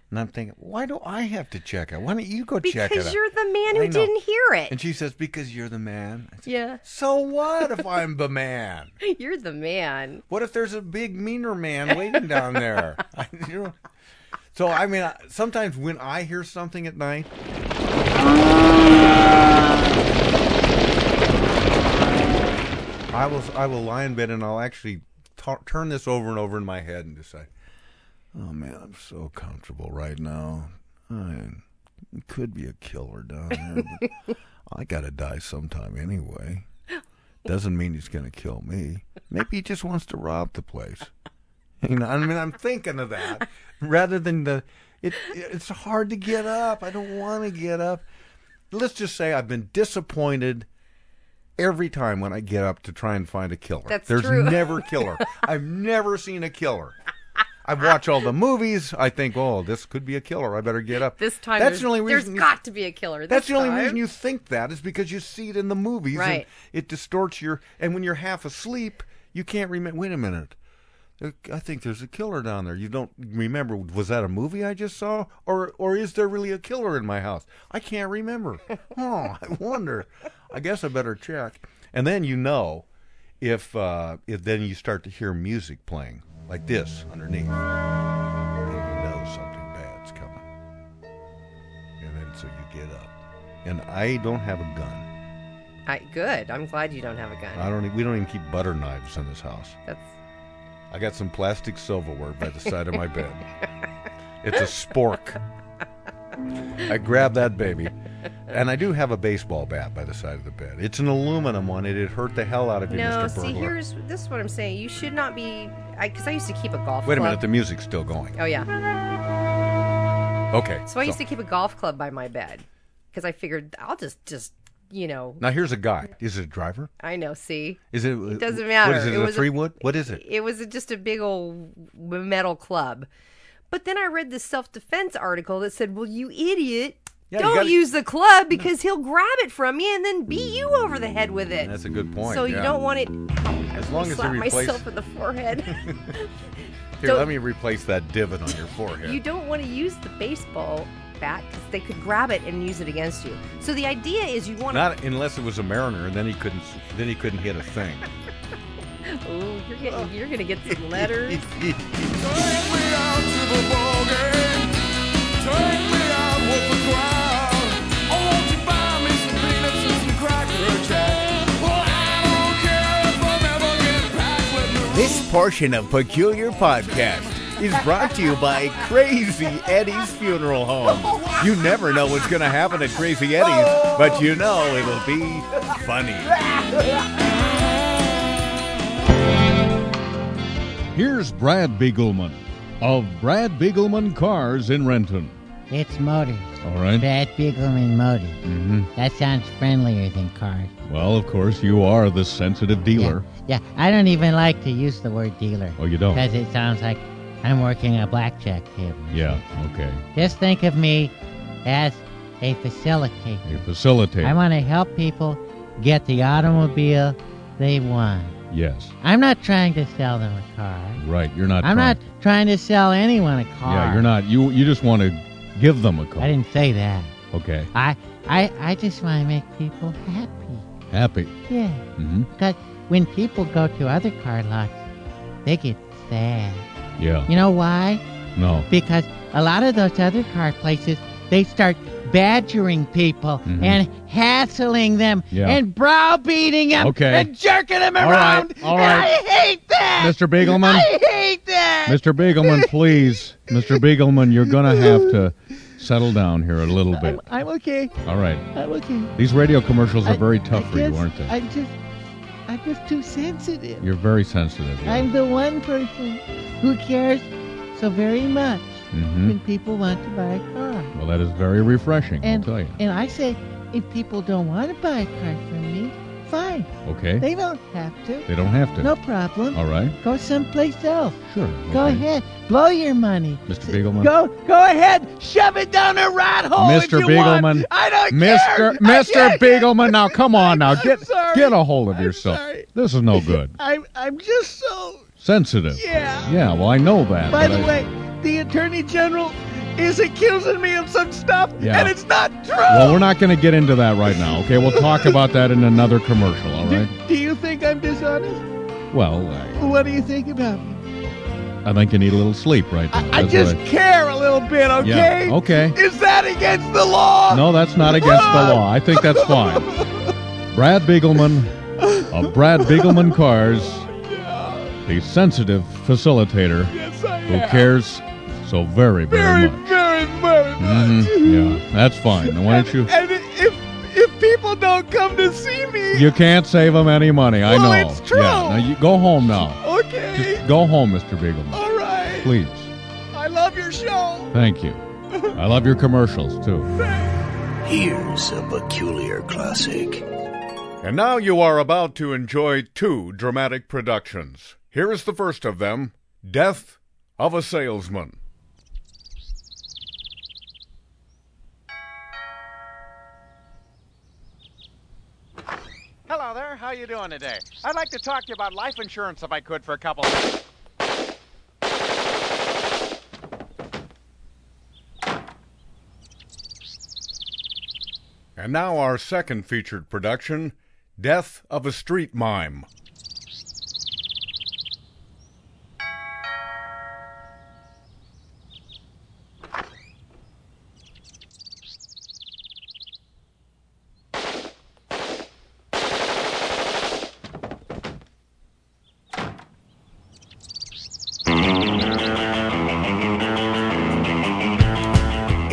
Speaker 10: And I'm thinking, why do I have to check it? Why don't you go check it out?
Speaker 11: Because you're the man who
Speaker 10: I know.
Speaker 11: didn't hear it.
Speaker 10: And she says, because you're the man. I said,
Speaker 11: Yeah.
Speaker 10: So what if I'm the man?
Speaker 11: You're the man.
Speaker 10: What if there's a big meaner man waiting down there? I- you know. so I mean, I- sometimes when I hear something at night, I will I will lie in bed and I'll actually ta turn this over and over in my head and decide, oh man, I'm so comfortable right now. I it could be a killer down there. But I gotta die sometime anyway. Doesn't mean he's gonna kill me. Maybe he just wants to rob the place. You know, I mean, I'm thinking of that rather than the. It, it's hard to get up. I don't want to get up. Let's just say I've been disappointed every time when I get up to try and find a killer.
Speaker 11: That's
Speaker 10: There's
Speaker 11: true.
Speaker 10: never a killer. I've never seen a killer. I watch all the movies. I think, oh, this could be a killer. I better get up.
Speaker 11: This time,
Speaker 10: that's
Speaker 11: there's,
Speaker 10: the only
Speaker 11: there's
Speaker 10: reason. you-
Speaker 11: got to be a killer.
Speaker 10: that's
Speaker 11: this
Speaker 10: the only
Speaker 11: time.
Speaker 10: reason you think that is because you see it in the movies. And
Speaker 11: Right.
Speaker 10: it distorts your. And when you're half asleep, you can't remember. Wait a minute. I think there's a killer down there. You don't remember? Was that a movie I just saw, or or is there really a killer in my house? I can't remember. oh, I wonder. I guess I better check. And then you know, if uh, if then you start to hear music playing like this underneath, then you know something bad's coming. And then so you get up. And I don't have a gun.
Speaker 11: I, good. I'm glad you don't have a gun.
Speaker 10: I don't. e- We don't even keep butter knives in this house.
Speaker 11: That's
Speaker 10: I got some plastic silverware by the side of my bed. It's a spork. I grab that baby. And I do have a baseball bat by the side of the bed. It's an aluminum one. It'd hurt the hell out of you,
Speaker 11: no.
Speaker 10: Mr. Burglar.
Speaker 11: See, here's this is what I'm saying. You should not be. I because I used to keep a golf.
Speaker 10: Wait a
Speaker 11: club.
Speaker 10: minute, the music's still going.
Speaker 11: Oh yeah.
Speaker 10: Okay.
Speaker 11: So I used to keep a golf club by my bed because I figured I'll just just you know,
Speaker 21: Now here's a guy. Is it a driver?
Speaker 11: I know. See,
Speaker 21: Is it?
Speaker 10: uh,
Speaker 11: It doesn't matter.
Speaker 21: What is it?
Speaker 11: It
Speaker 21: a
Speaker 11: was a-
Speaker 21: three wood? What is it?
Speaker 11: it was a- just a big old metal club. But then I read this self defense article that said, "Well, you idiot."
Speaker 21: Yeah, you
Speaker 11: Don't
Speaker 21: gotta-
Speaker 11: use the club because he'll grab it from you and then beat you over the head with it.
Speaker 21: That's a good point.
Speaker 11: so you
Speaker 21: yeah.
Speaker 11: don't want it.
Speaker 21: As long as you
Speaker 11: slap
Speaker 21: replace-
Speaker 11: myself in the forehead.
Speaker 21: Here,
Speaker 11: don't-
Speaker 21: let me replace that divot on your forehead.
Speaker 11: You don't want to use the baseball bat because they could grab it and use it against you. So the idea is you want
Speaker 21: Not unless it was a Mariner, and then he couldn't. Then he couldn't hit a thing.
Speaker 11: to. Ooh, Oh, you're getting you're gonna get some letters.
Speaker 22: This portion of Peculiar Podcast is brought to you by Crazy Eddie's Funeral Home. You never know what's going to happen at Crazy Eddie's, but you know it'll be funny.
Speaker 10: Here's Brad Biegelman of Brad Biegelman Cars in Renton.
Speaker 18: It's Motors.
Speaker 10: All right.
Speaker 18: Brad Biegelman Motors. Mm-hmm. That sounds friendlier than cars.
Speaker 10: Well, of course, you are the sensitive dealer.
Speaker 18: Yeah, I don't even like to use the word dealer.
Speaker 10: Oh, you don't?
Speaker 18: Because it sounds like I'm working a blackjack table.
Speaker 10: Yeah, okay.
Speaker 18: Just think of me as a facilitator.
Speaker 10: You facilitate.
Speaker 18: I want to help people get the automobile they want.
Speaker 10: Yes,
Speaker 18: I'm not trying to sell them a car.
Speaker 10: right. You're not.
Speaker 18: I'm
Speaker 10: trying-
Speaker 18: not trying to sell anyone a car.
Speaker 10: Yeah, you're not. You you just want to give them a call.
Speaker 18: I didn't say that.
Speaker 10: Okay.
Speaker 18: I I I just want to make people happy.
Speaker 10: Happy.
Speaker 18: Yeah.
Speaker 10: Mm-hmm.
Speaker 18: Because when people go to other car lots, they get sad.
Speaker 10: Yeah.
Speaker 18: You know why?
Speaker 10: No.
Speaker 18: Because a lot of those other car places, they start badgering people
Speaker 10: Mhm.
Speaker 18: and hassling them
Speaker 10: Yeah.
Speaker 18: and browbeating them
Speaker 10: Okay.
Speaker 18: and jerking them
Speaker 10: All right,
Speaker 18: around.
Speaker 10: all
Speaker 18: and
Speaker 10: right.
Speaker 18: I hate that.
Speaker 10: Mr. Biegelman?
Speaker 18: I hate that.
Speaker 10: Mr. Biegelman, please, Mr. Biegelman, you're gonna have to settle down here a little bit.
Speaker 18: I'm okay.
Speaker 10: All right.
Speaker 18: I'm okay.
Speaker 10: These radio commercials are very tough for you,
Speaker 18: Yes,
Speaker 10: aren't they?
Speaker 18: I'm just, I'm just too sensitive.
Speaker 10: You're very sensitive.
Speaker 18: I'm the one person who cares so very much
Speaker 10: Mm-hmm.
Speaker 18: when people want to buy a car.
Speaker 10: Well, that is very refreshing.
Speaker 18: and
Speaker 10: I'll tell you.
Speaker 18: and I say, if people don't want to buy a car from me, fine.
Speaker 10: Okay.
Speaker 18: They don't have to.
Speaker 10: They don't have to.
Speaker 18: No problem.
Speaker 10: All right.
Speaker 18: Go someplace else.
Speaker 10: Sure.
Speaker 18: Go
Speaker 10: okay.
Speaker 18: ahead. Blow your money.
Speaker 10: Mr. Biegelman.
Speaker 18: Go go ahead. Shove it down a rat hole. if
Speaker 10: Mr.
Speaker 18: you
Speaker 10: Biegelman.
Speaker 18: Want. I don't
Speaker 10: Mr.
Speaker 18: care.
Speaker 10: Mr.
Speaker 18: I can't-
Speaker 10: Biegelman, now come on now. Get
Speaker 18: sorry.
Speaker 10: get a hold of yourself.
Speaker 18: sorry.
Speaker 10: This is no good.
Speaker 18: I'm I'm just so
Speaker 10: Sensitive.
Speaker 18: Yeah.
Speaker 10: Yeah, well I know that.
Speaker 18: By
Speaker 10: but
Speaker 18: the
Speaker 10: I-
Speaker 18: way, the attorney general is accusing me of some stuff,
Speaker 10: Yeah.
Speaker 18: and it's not true.
Speaker 10: Well, we're not going to get into that right now. Okay, we'll talk about that in another commercial, all right?
Speaker 18: Do you think I'm dishonest?
Speaker 10: Well, I,
Speaker 18: What do you think about me?
Speaker 10: I think you need a little sleep right now.
Speaker 18: I
Speaker 10: That's
Speaker 18: just
Speaker 10: what
Speaker 18: care a little bit, okay?
Speaker 10: Yeah, okay.
Speaker 18: Is that against the law?
Speaker 10: I- No, that's not against the law. I think that's fine. Brad Biegelman of Brad Biegelman Cars, the sensitive facilitator who cares so very, very
Speaker 18: Very,
Speaker 10: much.
Speaker 18: very, very much.
Speaker 10: Mhm, Yeah, that's fine. Now, Why don't you?
Speaker 18: And if if people don't come to see me,
Speaker 10: You can't save them any money. I
Speaker 18: Well,
Speaker 10: know.
Speaker 18: it's true.
Speaker 10: Yeah. Now you go home now.
Speaker 18: okay.
Speaker 10: Just go home, Mr. Biegelman.
Speaker 18: All right.
Speaker 10: Please.
Speaker 18: I love your show.
Speaker 10: Thank you. I love your commercials too.
Speaker 4: Here's a peculiar classic.
Speaker 23: And now you are about to enjoy two dramatic productions. Here is the first of them Death of a Salesman.
Speaker 24: Hello there. How you doing today? I'd like to talk to you about life insurance if I could for a couple.
Speaker 23: And now our second featured production Death of a Street Mime.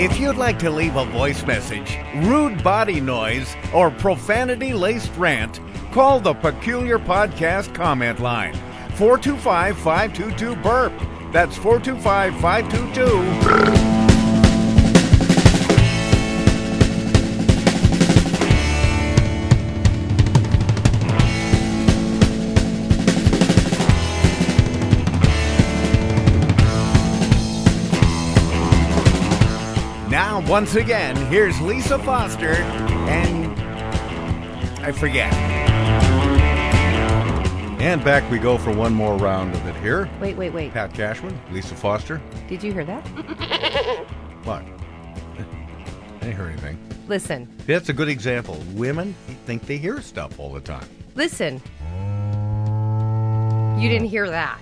Speaker 22: If you'd like to leave a voice message, rude body noise, or profanity laced rant, call the Peculiar Podcast comment line 425 522 Burp. E That's 425 522
Speaker 15: Once again, here's Lisa Foster and I forget.
Speaker 10: And back we go for one more round of it here.
Speaker 11: Wait, wait, wait.
Speaker 10: Pat Cashman, Lisa Foster.
Speaker 11: Did you hear that?
Speaker 10: What? I didn't hear anything.
Speaker 11: Listen,
Speaker 10: That's a good example. Women think they hear stuff all the time.
Speaker 11: listen. You didn't hear that.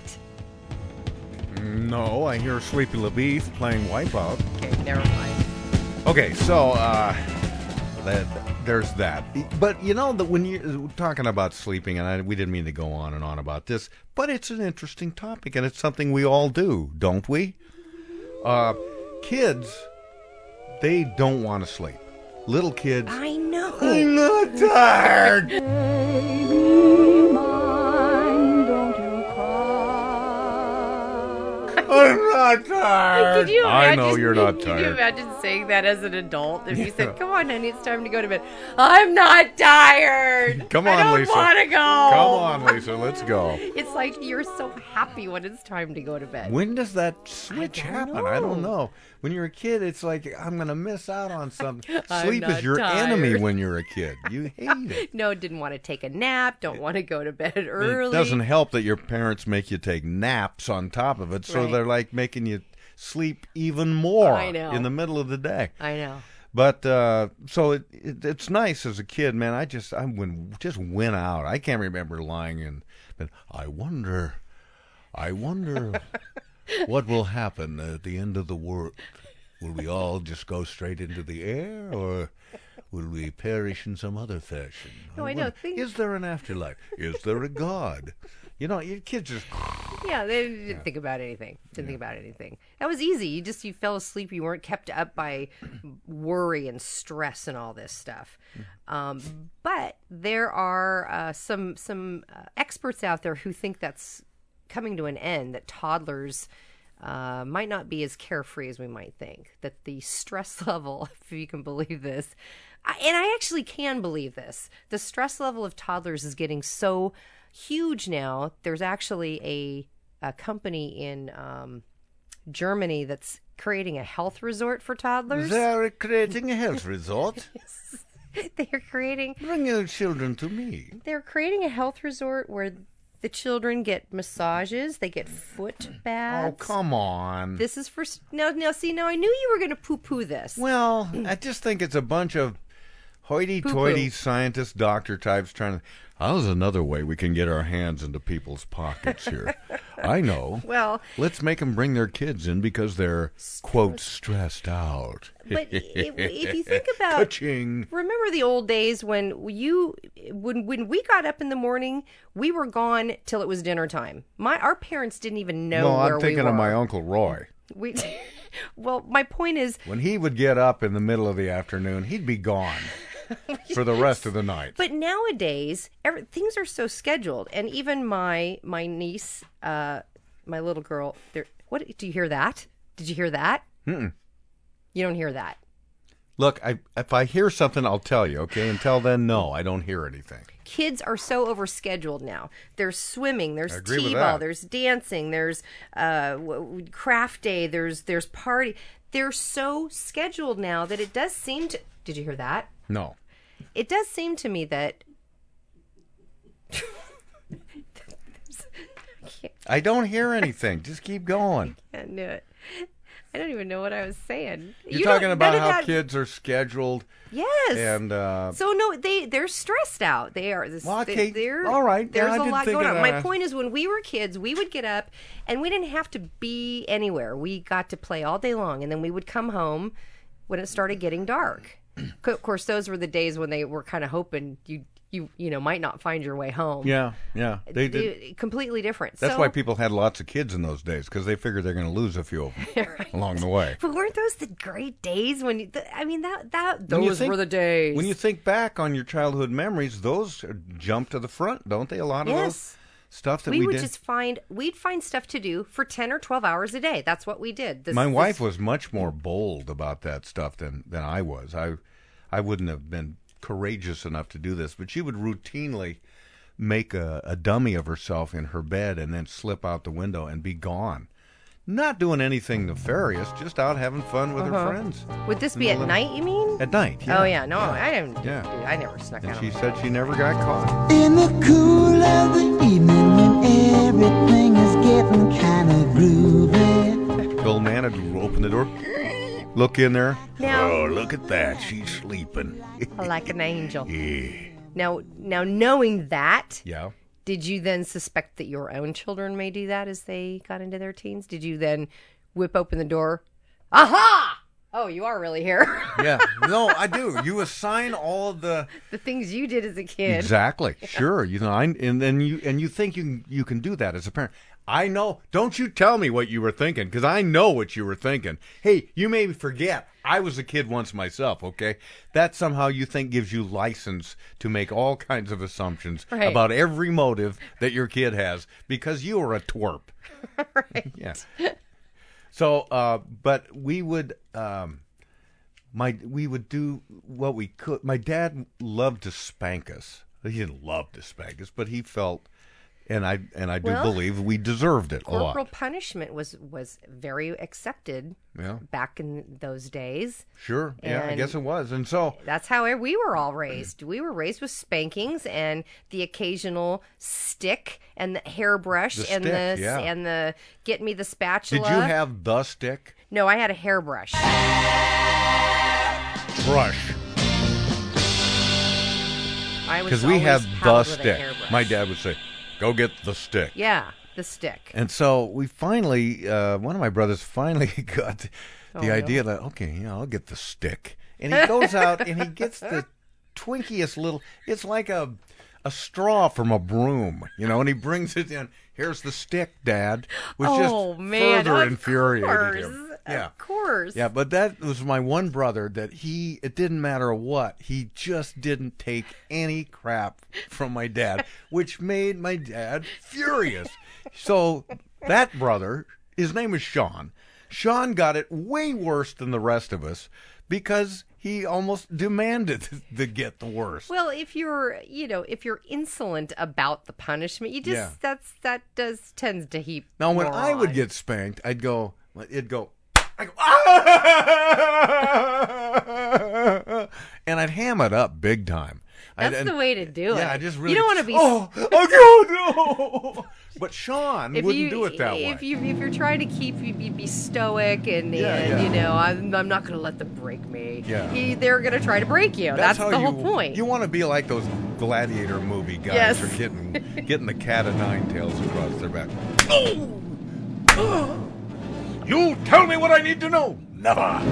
Speaker 10: No, I hear Sleepy LaBeef playing Wipeout.
Speaker 11: Okay, never mind.
Speaker 10: Okay, so uh, that there's that. But you know that when you're talking about sleeping, and I, we didn't mean to go on and on about this, but it's an interesting topic, and it's something we all do, don't we? Uh, kids, they don't want to sleep. Little kids,
Speaker 11: I know.
Speaker 10: I'm not tired. I'm not tired.
Speaker 11: Could you
Speaker 10: I
Speaker 11: imagine-
Speaker 10: know you're not
Speaker 11: Could you
Speaker 10: tired.
Speaker 11: imagine saying that as an adult? If you
Speaker 10: Yeah.
Speaker 11: said, "Come on, honey, it's time to go to bed," I'm not tired.
Speaker 10: Come
Speaker 11: I
Speaker 10: on,
Speaker 11: don't
Speaker 10: Lisa.
Speaker 11: wanna go.
Speaker 10: Come on, Lisa. Let's go.
Speaker 11: It's like you're so happy when it's time to go to bed.
Speaker 10: When does that switch happen? I don't know. When you're a kid, it's like I'm going to miss out on something.
Speaker 11: I'm
Speaker 10: Sleep
Speaker 11: not
Speaker 10: is your
Speaker 11: tired.
Speaker 10: enemy when you're a kid. You hate it.
Speaker 11: no, didn't want to take a nap. Don't want to go to bed early.
Speaker 10: It doesn't help that your parents make you take naps on top of it, so
Speaker 11: Right.
Speaker 10: they're like making you sleep even more
Speaker 11: I know.
Speaker 10: in the middle of the day.
Speaker 11: I know.
Speaker 10: But uh, so it, it, it's nice as a kid, man. I just I when, just went out. I can't remember lying in. But I wonder, I wonder what will happen at the end of the world. Will we all just go straight into the air, or will we perish in some other fashion?
Speaker 11: No, I
Speaker 10: wonder,
Speaker 11: know. Think-
Speaker 10: Is there an afterlife? Is there a God? You know, your kids just
Speaker 11: Yeah, they didn't think about anything. Didn't think about anything. That was easy. You just you fell asleep. You weren't kept up by worry and stress and all this stuff. Um, but there are uh, some some uh, experts out there who think that's coming to an end. That toddlers. Uh, might not be as carefree as we might think. That the stress level, if you can believe this, I, and I actually can believe this, the stress level of toddlers is getting so huge now. There's actually a, a company in um, Germany that's creating a health resort for toddlers.
Speaker 10: they're creating a health resort.
Speaker 11: They're creating
Speaker 10: Bring your children to me.
Speaker 11: they're creating a health resort where the children get massages, they get foot
Speaker 10: Oh
Speaker 11: baths.
Speaker 10: come on!
Speaker 11: This is for s- now. Now, see, now I knew you were going to poo-poo this.
Speaker 10: Well, I just think it's a bunch of hoity-toity
Speaker 11: Hmm. Poo-poo.
Speaker 10: scientist doctor types trying to. How's another way we can get our hands into people's pockets here? I know.
Speaker 11: Well-
Speaker 10: let's make them bring their kids in because they're quote stressed out.
Speaker 11: But i- if you think about-
Speaker 10: Ka-ching.
Speaker 11: Remember the old days when you when when we got up in the morning, we were gone till it was dinner time. My our parents didn't even know
Speaker 10: no,
Speaker 11: where
Speaker 10: I'm thinking
Speaker 11: we were.
Speaker 10: of my uncle Roy.
Speaker 11: We, well, my point is,
Speaker 10: When he would get up in the middle of the afternoon, he'd be gone for the rest of the night.
Speaker 11: but nowadays every, things are so scheduled, and even my my niece, uh, my little girl, there. What do you hear that? Did you hear that?
Speaker 10: Mm-mm.
Speaker 11: You don't hear that.
Speaker 10: Look, I, if I hear something, I'll tell you, okay? Until then, no, I don't hear anything.
Speaker 11: kids are so overscheduled now. There's swimming,
Speaker 10: I
Speaker 11: there's
Speaker 10: agree with
Speaker 11: t-ball,
Speaker 10: that.
Speaker 11: there's dancing, there's uh, w- w- craft day, there's there's party. They're so scheduled now that it does seem to. Did you hear that?
Speaker 10: No.
Speaker 11: It does seem to me that
Speaker 10: I don't hear anything. Just keep going.
Speaker 11: I knew it. I don't even know what I was saying.
Speaker 10: You're
Speaker 11: You don't-
Speaker 10: talking about
Speaker 11: none of
Speaker 10: how
Speaker 11: that-
Speaker 10: kids are scheduled.
Speaker 11: Yes.
Speaker 10: And uh,
Speaker 11: So no, they they're stressed out. They are. This,
Speaker 10: Well,
Speaker 11: they-
Speaker 10: okay.
Speaker 11: they're,
Speaker 10: All right. Yeah,
Speaker 11: There's
Speaker 10: I
Speaker 11: a
Speaker 10: didn't
Speaker 11: lot
Speaker 10: think
Speaker 11: going
Speaker 10: of
Speaker 11: on.
Speaker 10: that.
Speaker 11: My point is, when we were kids, we would get up and we didn't have to be anywhere. We got to play all day long, and then we would come home when it started getting dark. Co- of course, those were the days when they were kind of hoping you you you know might not find your way home.
Speaker 10: yeah, yeah, they
Speaker 11: They-
Speaker 10: did.
Speaker 11: completely different.
Speaker 10: That's
Speaker 11: so,
Speaker 10: why people had lots of kids in those days because they figured they're going to lose a few of them along the way.
Speaker 11: But weren't those the great days when you? Th- I mean, that that
Speaker 10: When you
Speaker 11: those
Speaker 10: think-
Speaker 11: were the days.
Speaker 10: When you think back on your childhood memories, those jump to the front, don't they? A lot of
Speaker 11: Yes.
Speaker 10: those stuff that
Speaker 11: we,
Speaker 10: we,
Speaker 11: would
Speaker 10: did.
Speaker 11: just find we'd find stuff to do for 10 or 12 hours a day that's what we did This-
Speaker 10: My
Speaker 11: this-
Speaker 10: wife was much more bold about that stuff than, than I was. I I wouldn't have been courageous enough to do this, but she would routinely make a, a dummy of herself in her bed and then slip out the window and be gone. Not doing anything nefarious, just out having fun with
Speaker 11: Uh-huh.
Speaker 10: her friends.
Speaker 11: Would this
Speaker 10: In
Speaker 11: be
Speaker 10: the
Speaker 11: at
Speaker 10: living-
Speaker 11: night? You mean?
Speaker 10: At night.
Speaker 11: Oh
Speaker 10: yeah.
Speaker 11: yeah, no, I didn't.
Speaker 10: Yeah.
Speaker 11: Dude, I never snuck
Speaker 10: And
Speaker 11: out.
Speaker 10: she said she never got caught.
Speaker 25: In the cool of the evening when everything is getting kind of groovy.
Speaker 10: The old man would open the door, look in there.
Speaker 11: Now-
Speaker 14: Oh, look at that. She's sleeping.
Speaker 11: Like an angel.
Speaker 14: Yeah.
Speaker 11: Now, now knowing that,
Speaker 10: Yeah.
Speaker 11: did you then suspect that your own children may do that as they got into their teens? Did you then whip open the door? Aha! Oh, you are really here.
Speaker 10: Yeah. No, I do. You assign all of the
Speaker 11: the things you did as a kid.
Speaker 10: Exactly. Sure. You know, I, and then you and you think you can, you can do that as a parent. I know. Don't you tell me what you were thinking because I know what you were thinking. Hey, you may forget I was a kid once myself. Okay, that somehow you think gives you license to make all kinds of assumptions
Speaker 11: Right.
Speaker 10: about every motive that your kid has because you were a twerp. right. Yeah. So, uh, but we would, um, my we would do what we could. My dad loved to spank us. He didn't love to spank us, but he felt, and I and I do
Speaker 11: Well,
Speaker 10: believe we deserved it a
Speaker 11: Corporal
Speaker 10: lot.
Speaker 11: punishment was was very accepted
Speaker 10: Yeah.
Speaker 11: back in those days.
Speaker 10: Sure. Yeah, I
Speaker 11: And-
Speaker 10: guess it was. And so,
Speaker 11: That's how we were all raised. We were raised with spankings and the occasional stick and the hairbrush
Speaker 10: The
Speaker 11: and
Speaker 10: stick,
Speaker 11: the
Speaker 10: yeah.
Speaker 11: and the get me the
Speaker 10: did you
Speaker 11: spatula.
Speaker 10: have the stick
Speaker 11: No, I had a hairbrush.
Speaker 10: brush?
Speaker 11: I was
Speaker 10: Because we
Speaker 11: always
Speaker 10: had the
Speaker 11: paddled with a
Speaker 10: stick.
Speaker 11: hairbrush.
Speaker 10: My dad would say, "Go get the stick."
Speaker 11: Yeah, the stick.
Speaker 10: And so we finally, uh, one of my brothers finally got the
Speaker 11: Oh, no.
Speaker 10: idea that okay, yeah, I'll get the stick, and he goes out and he gets the twinkiest little. It's like a a straw from a broom, you know, and he brings it in. Here's the stick, Dad, which
Speaker 11: Oh,
Speaker 10: just
Speaker 11: man,
Speaker 10: further
Speaker 11: of
Speaker 10: infuriated him.
Speaker 11: course,
Speaker 10: Yeah.
Speaker 11: Of course.
Speaker 10: Yeah, but that was my one brother that he, it didn't matter what, he just didn't take any crap from my dad, which made my dad furious. So that brother, his name is Sean. Sean got it way worse than the rest of us because he almost demanded to get the worst.
Speaker 11: Well, if you're, you know, if you're insolent about the punishment, you just
Speaker 10: Yeah.
Speaker 11: that's that does tends to heap.
Speaker 10: Now, when
Speaker 11: more
Speaker 10: I would
Speaker 11: on.
Speaker 10: get spanked, I'd go, it'd go, "Ah!" and I'd ham it up big time. I'd-
Speaker 11: that's
Speaker 10: and-
Speaker 11: the way to do it.
Speaker 10: yeah, I just really
Speaker 11: you don't want to be.
Speaker 10: Oh, oh God, no! But Sean
Speaker 11: If
Speaker 10: wouldn't
Speaker 11: you-
Speaker 10: do it that way.
Speaker 11: If you if you're trying to keep you be, be stoic and,
Speaker 10: Yeah,
Speaker 11: and
Speaker 10: yeah.
Speaker 11: you know I'm, I'm not gonna let them break me.
Speaker 10: Yeah.
Speaker 11: He, they're gonna try to break you. That's,
Speaker 10: how
Speaker 11: the
Speaker 10: you,
Speaker 11: whole point.
Speaker 10: You want to be like those gladiator movie guys
Speaker 11: Yes.
Speaker 10: who are getting getting the cat of nine tails across their back. You tell me what I need to know. Never.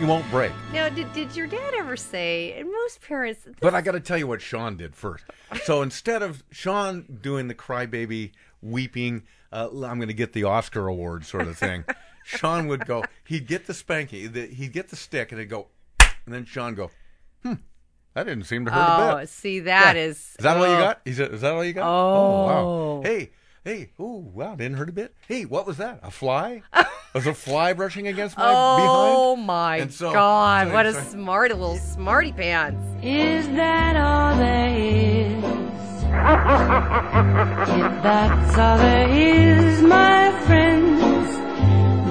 Speaker 10: You won't break.
Speaker 11: Now, did, did your dad ever say? And most parents,
Speaker 10: But I got to tell you what Sean did first. So instead of Sean doing the crybaby weeping, uh, I'm going to get the Oscar award sort of thing, Sean would go. He'd get the spanking. The, he'd get the stick, and he'd go, and then Sean go, hmm, that didn't seem to hurt a
Speaker 11: oh,
Speaker 10: bit.
Speaker 11: see, that
Speaker 10: Yeah.
Speaker 11: is.
Speaker 10: Is that all you
Speaker 11: oh.
Speaker 10: got? Is that, is that all you got?
Speaker 11: Oh.
Speaker 10: wow. Hey, hey, oh wow, didn't hurt a bit. Hey, what was that? A fly? was a fly brushing against my behind?
Speaker 11: Oh my
Speaker 10: And so-
Speaker 11: God!
Speaker 10: so
Speaker 11: What a
Speaker 10: he's like-
Speaker 11: smart little smarty pants.
Speaker 12: Is that all there is? if that's all there is, my friends,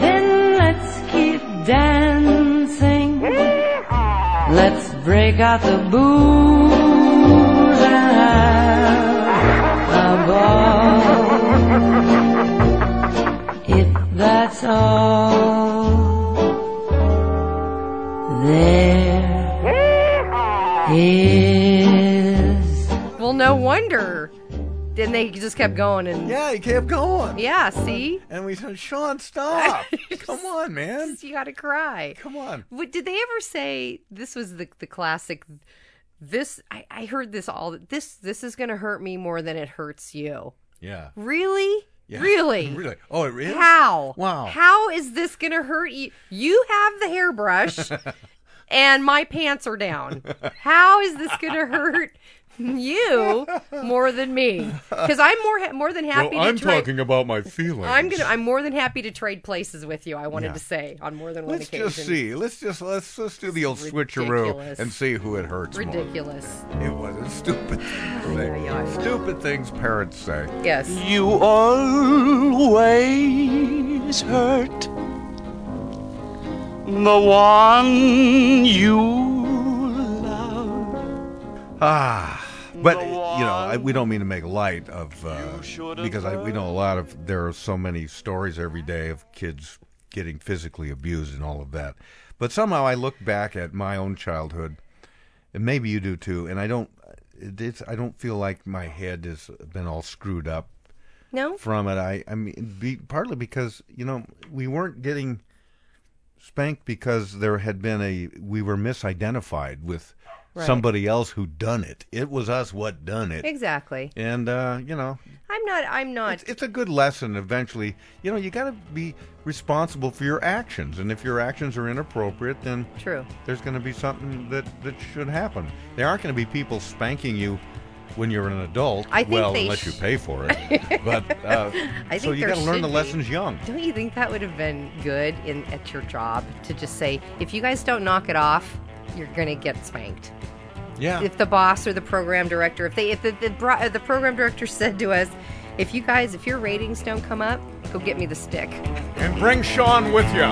Speaker 12: then let's keep dancing. Let's break out the booze and have a ball. If that's all there is.
Speaker 11: Well, no wonder. Then they just kept going and
Speaker 10: yeah, he kept going.
Speaker 11: Yeah, see,
Speaker 10: And we said, Sean, stop! Come on, man.
Speaker 11: you got to cry.
Speaker 10: Come on.
Speaker 11: What, did they ever say this was the the classic? This I, I heard this all. This this is going to hurt me more than it hurts you.
Speaker 10: Yeah.
Speaker 11: Really?
Speaker 10: Yeah.
Speaker 11: Really?
Speaker 10: really? Oh, it is?
Speaker 11: How?
Speaker 10: Wow.
Speaker 11: How is this going to hurt you? You have the hairbrush and my pants are down. How is this going to hurt you more than me because I'm more ha- more than happy.
Speaker 14: Well, I'm
Speaker 11: to trade-
Speaker 14: talking about my feelings.
Speaker 11: I'm gonna. I'm more than happy to trade places with you. I wanted
Speaker 10: Yeah.
Speaker 11: to say on more than one
Speaker 10: Let's
Speaker 11: occasion.
Speaker 10: just see. Let's just let's let's do the old
Speaker 11: ridiculous.
Speaker 10: switcheroo and see who it hurts more.
Speaker 11: Ridiculous.
Speaker 10: It was a stupid thing. Stupid things parents say.
Speaker 11: Yes.
Speaker 3: You always hurt the one you
Speaker 10: Ah, but you know, I, we don't mean to make light of uh, because I, we know a lot of there are so many stories every day of kids getting physically abused and all of that. But somehow I look back at my own childhood, and maybe you do too. And I don't, it- it's I don't feel like my head has been all screwed up.
Speaker 11: No?
Speaker 10: from it. I I mean, be, partly because you know we weren't getting spanked because there had been a we were misidentified with
Speaker 11: Right.
Speaker 10: somebody else who done it. It was us what done it.
Speaker 11: Exactly.
Speaker 10: And uh, you know,
Speaker 11: I'm not. I'm not.
Speaker 10: it's a good lesson eventually. You know, you got to be responsible for your actions, and if your actions are inappropriate, then
Speaker 11: True.
Speaker 10: There's going to be something that that should happen. There aren't going to be people spanking you when you're an adult.
Speaker 11: I think
Speaker 10: well,
Speaker 11: they
Speaker 10: unless
Speaker 11: sh-
Speaker 10: you pay for it. but uh,
Speaker 11: I think
Speaker 10: so you
Speaker 11: there
Speaker 10: got to learn
Speaker 11: should
Speaker 10: the
Speaker 11: be.
Speaker 10: lessons young.
Speaker 11: Don't you think that would have been good in at your job to just say, if you guys don't knock it off, you're gonna get spanked.
Speaker 10: Yeah.
Speaker 11: If the boss or the program director, if they, if the the, bro- uh, the program director said to us, if you guys, if your ratings don't come up, go get me the stick.
Speaker 10: And bring Sean with you.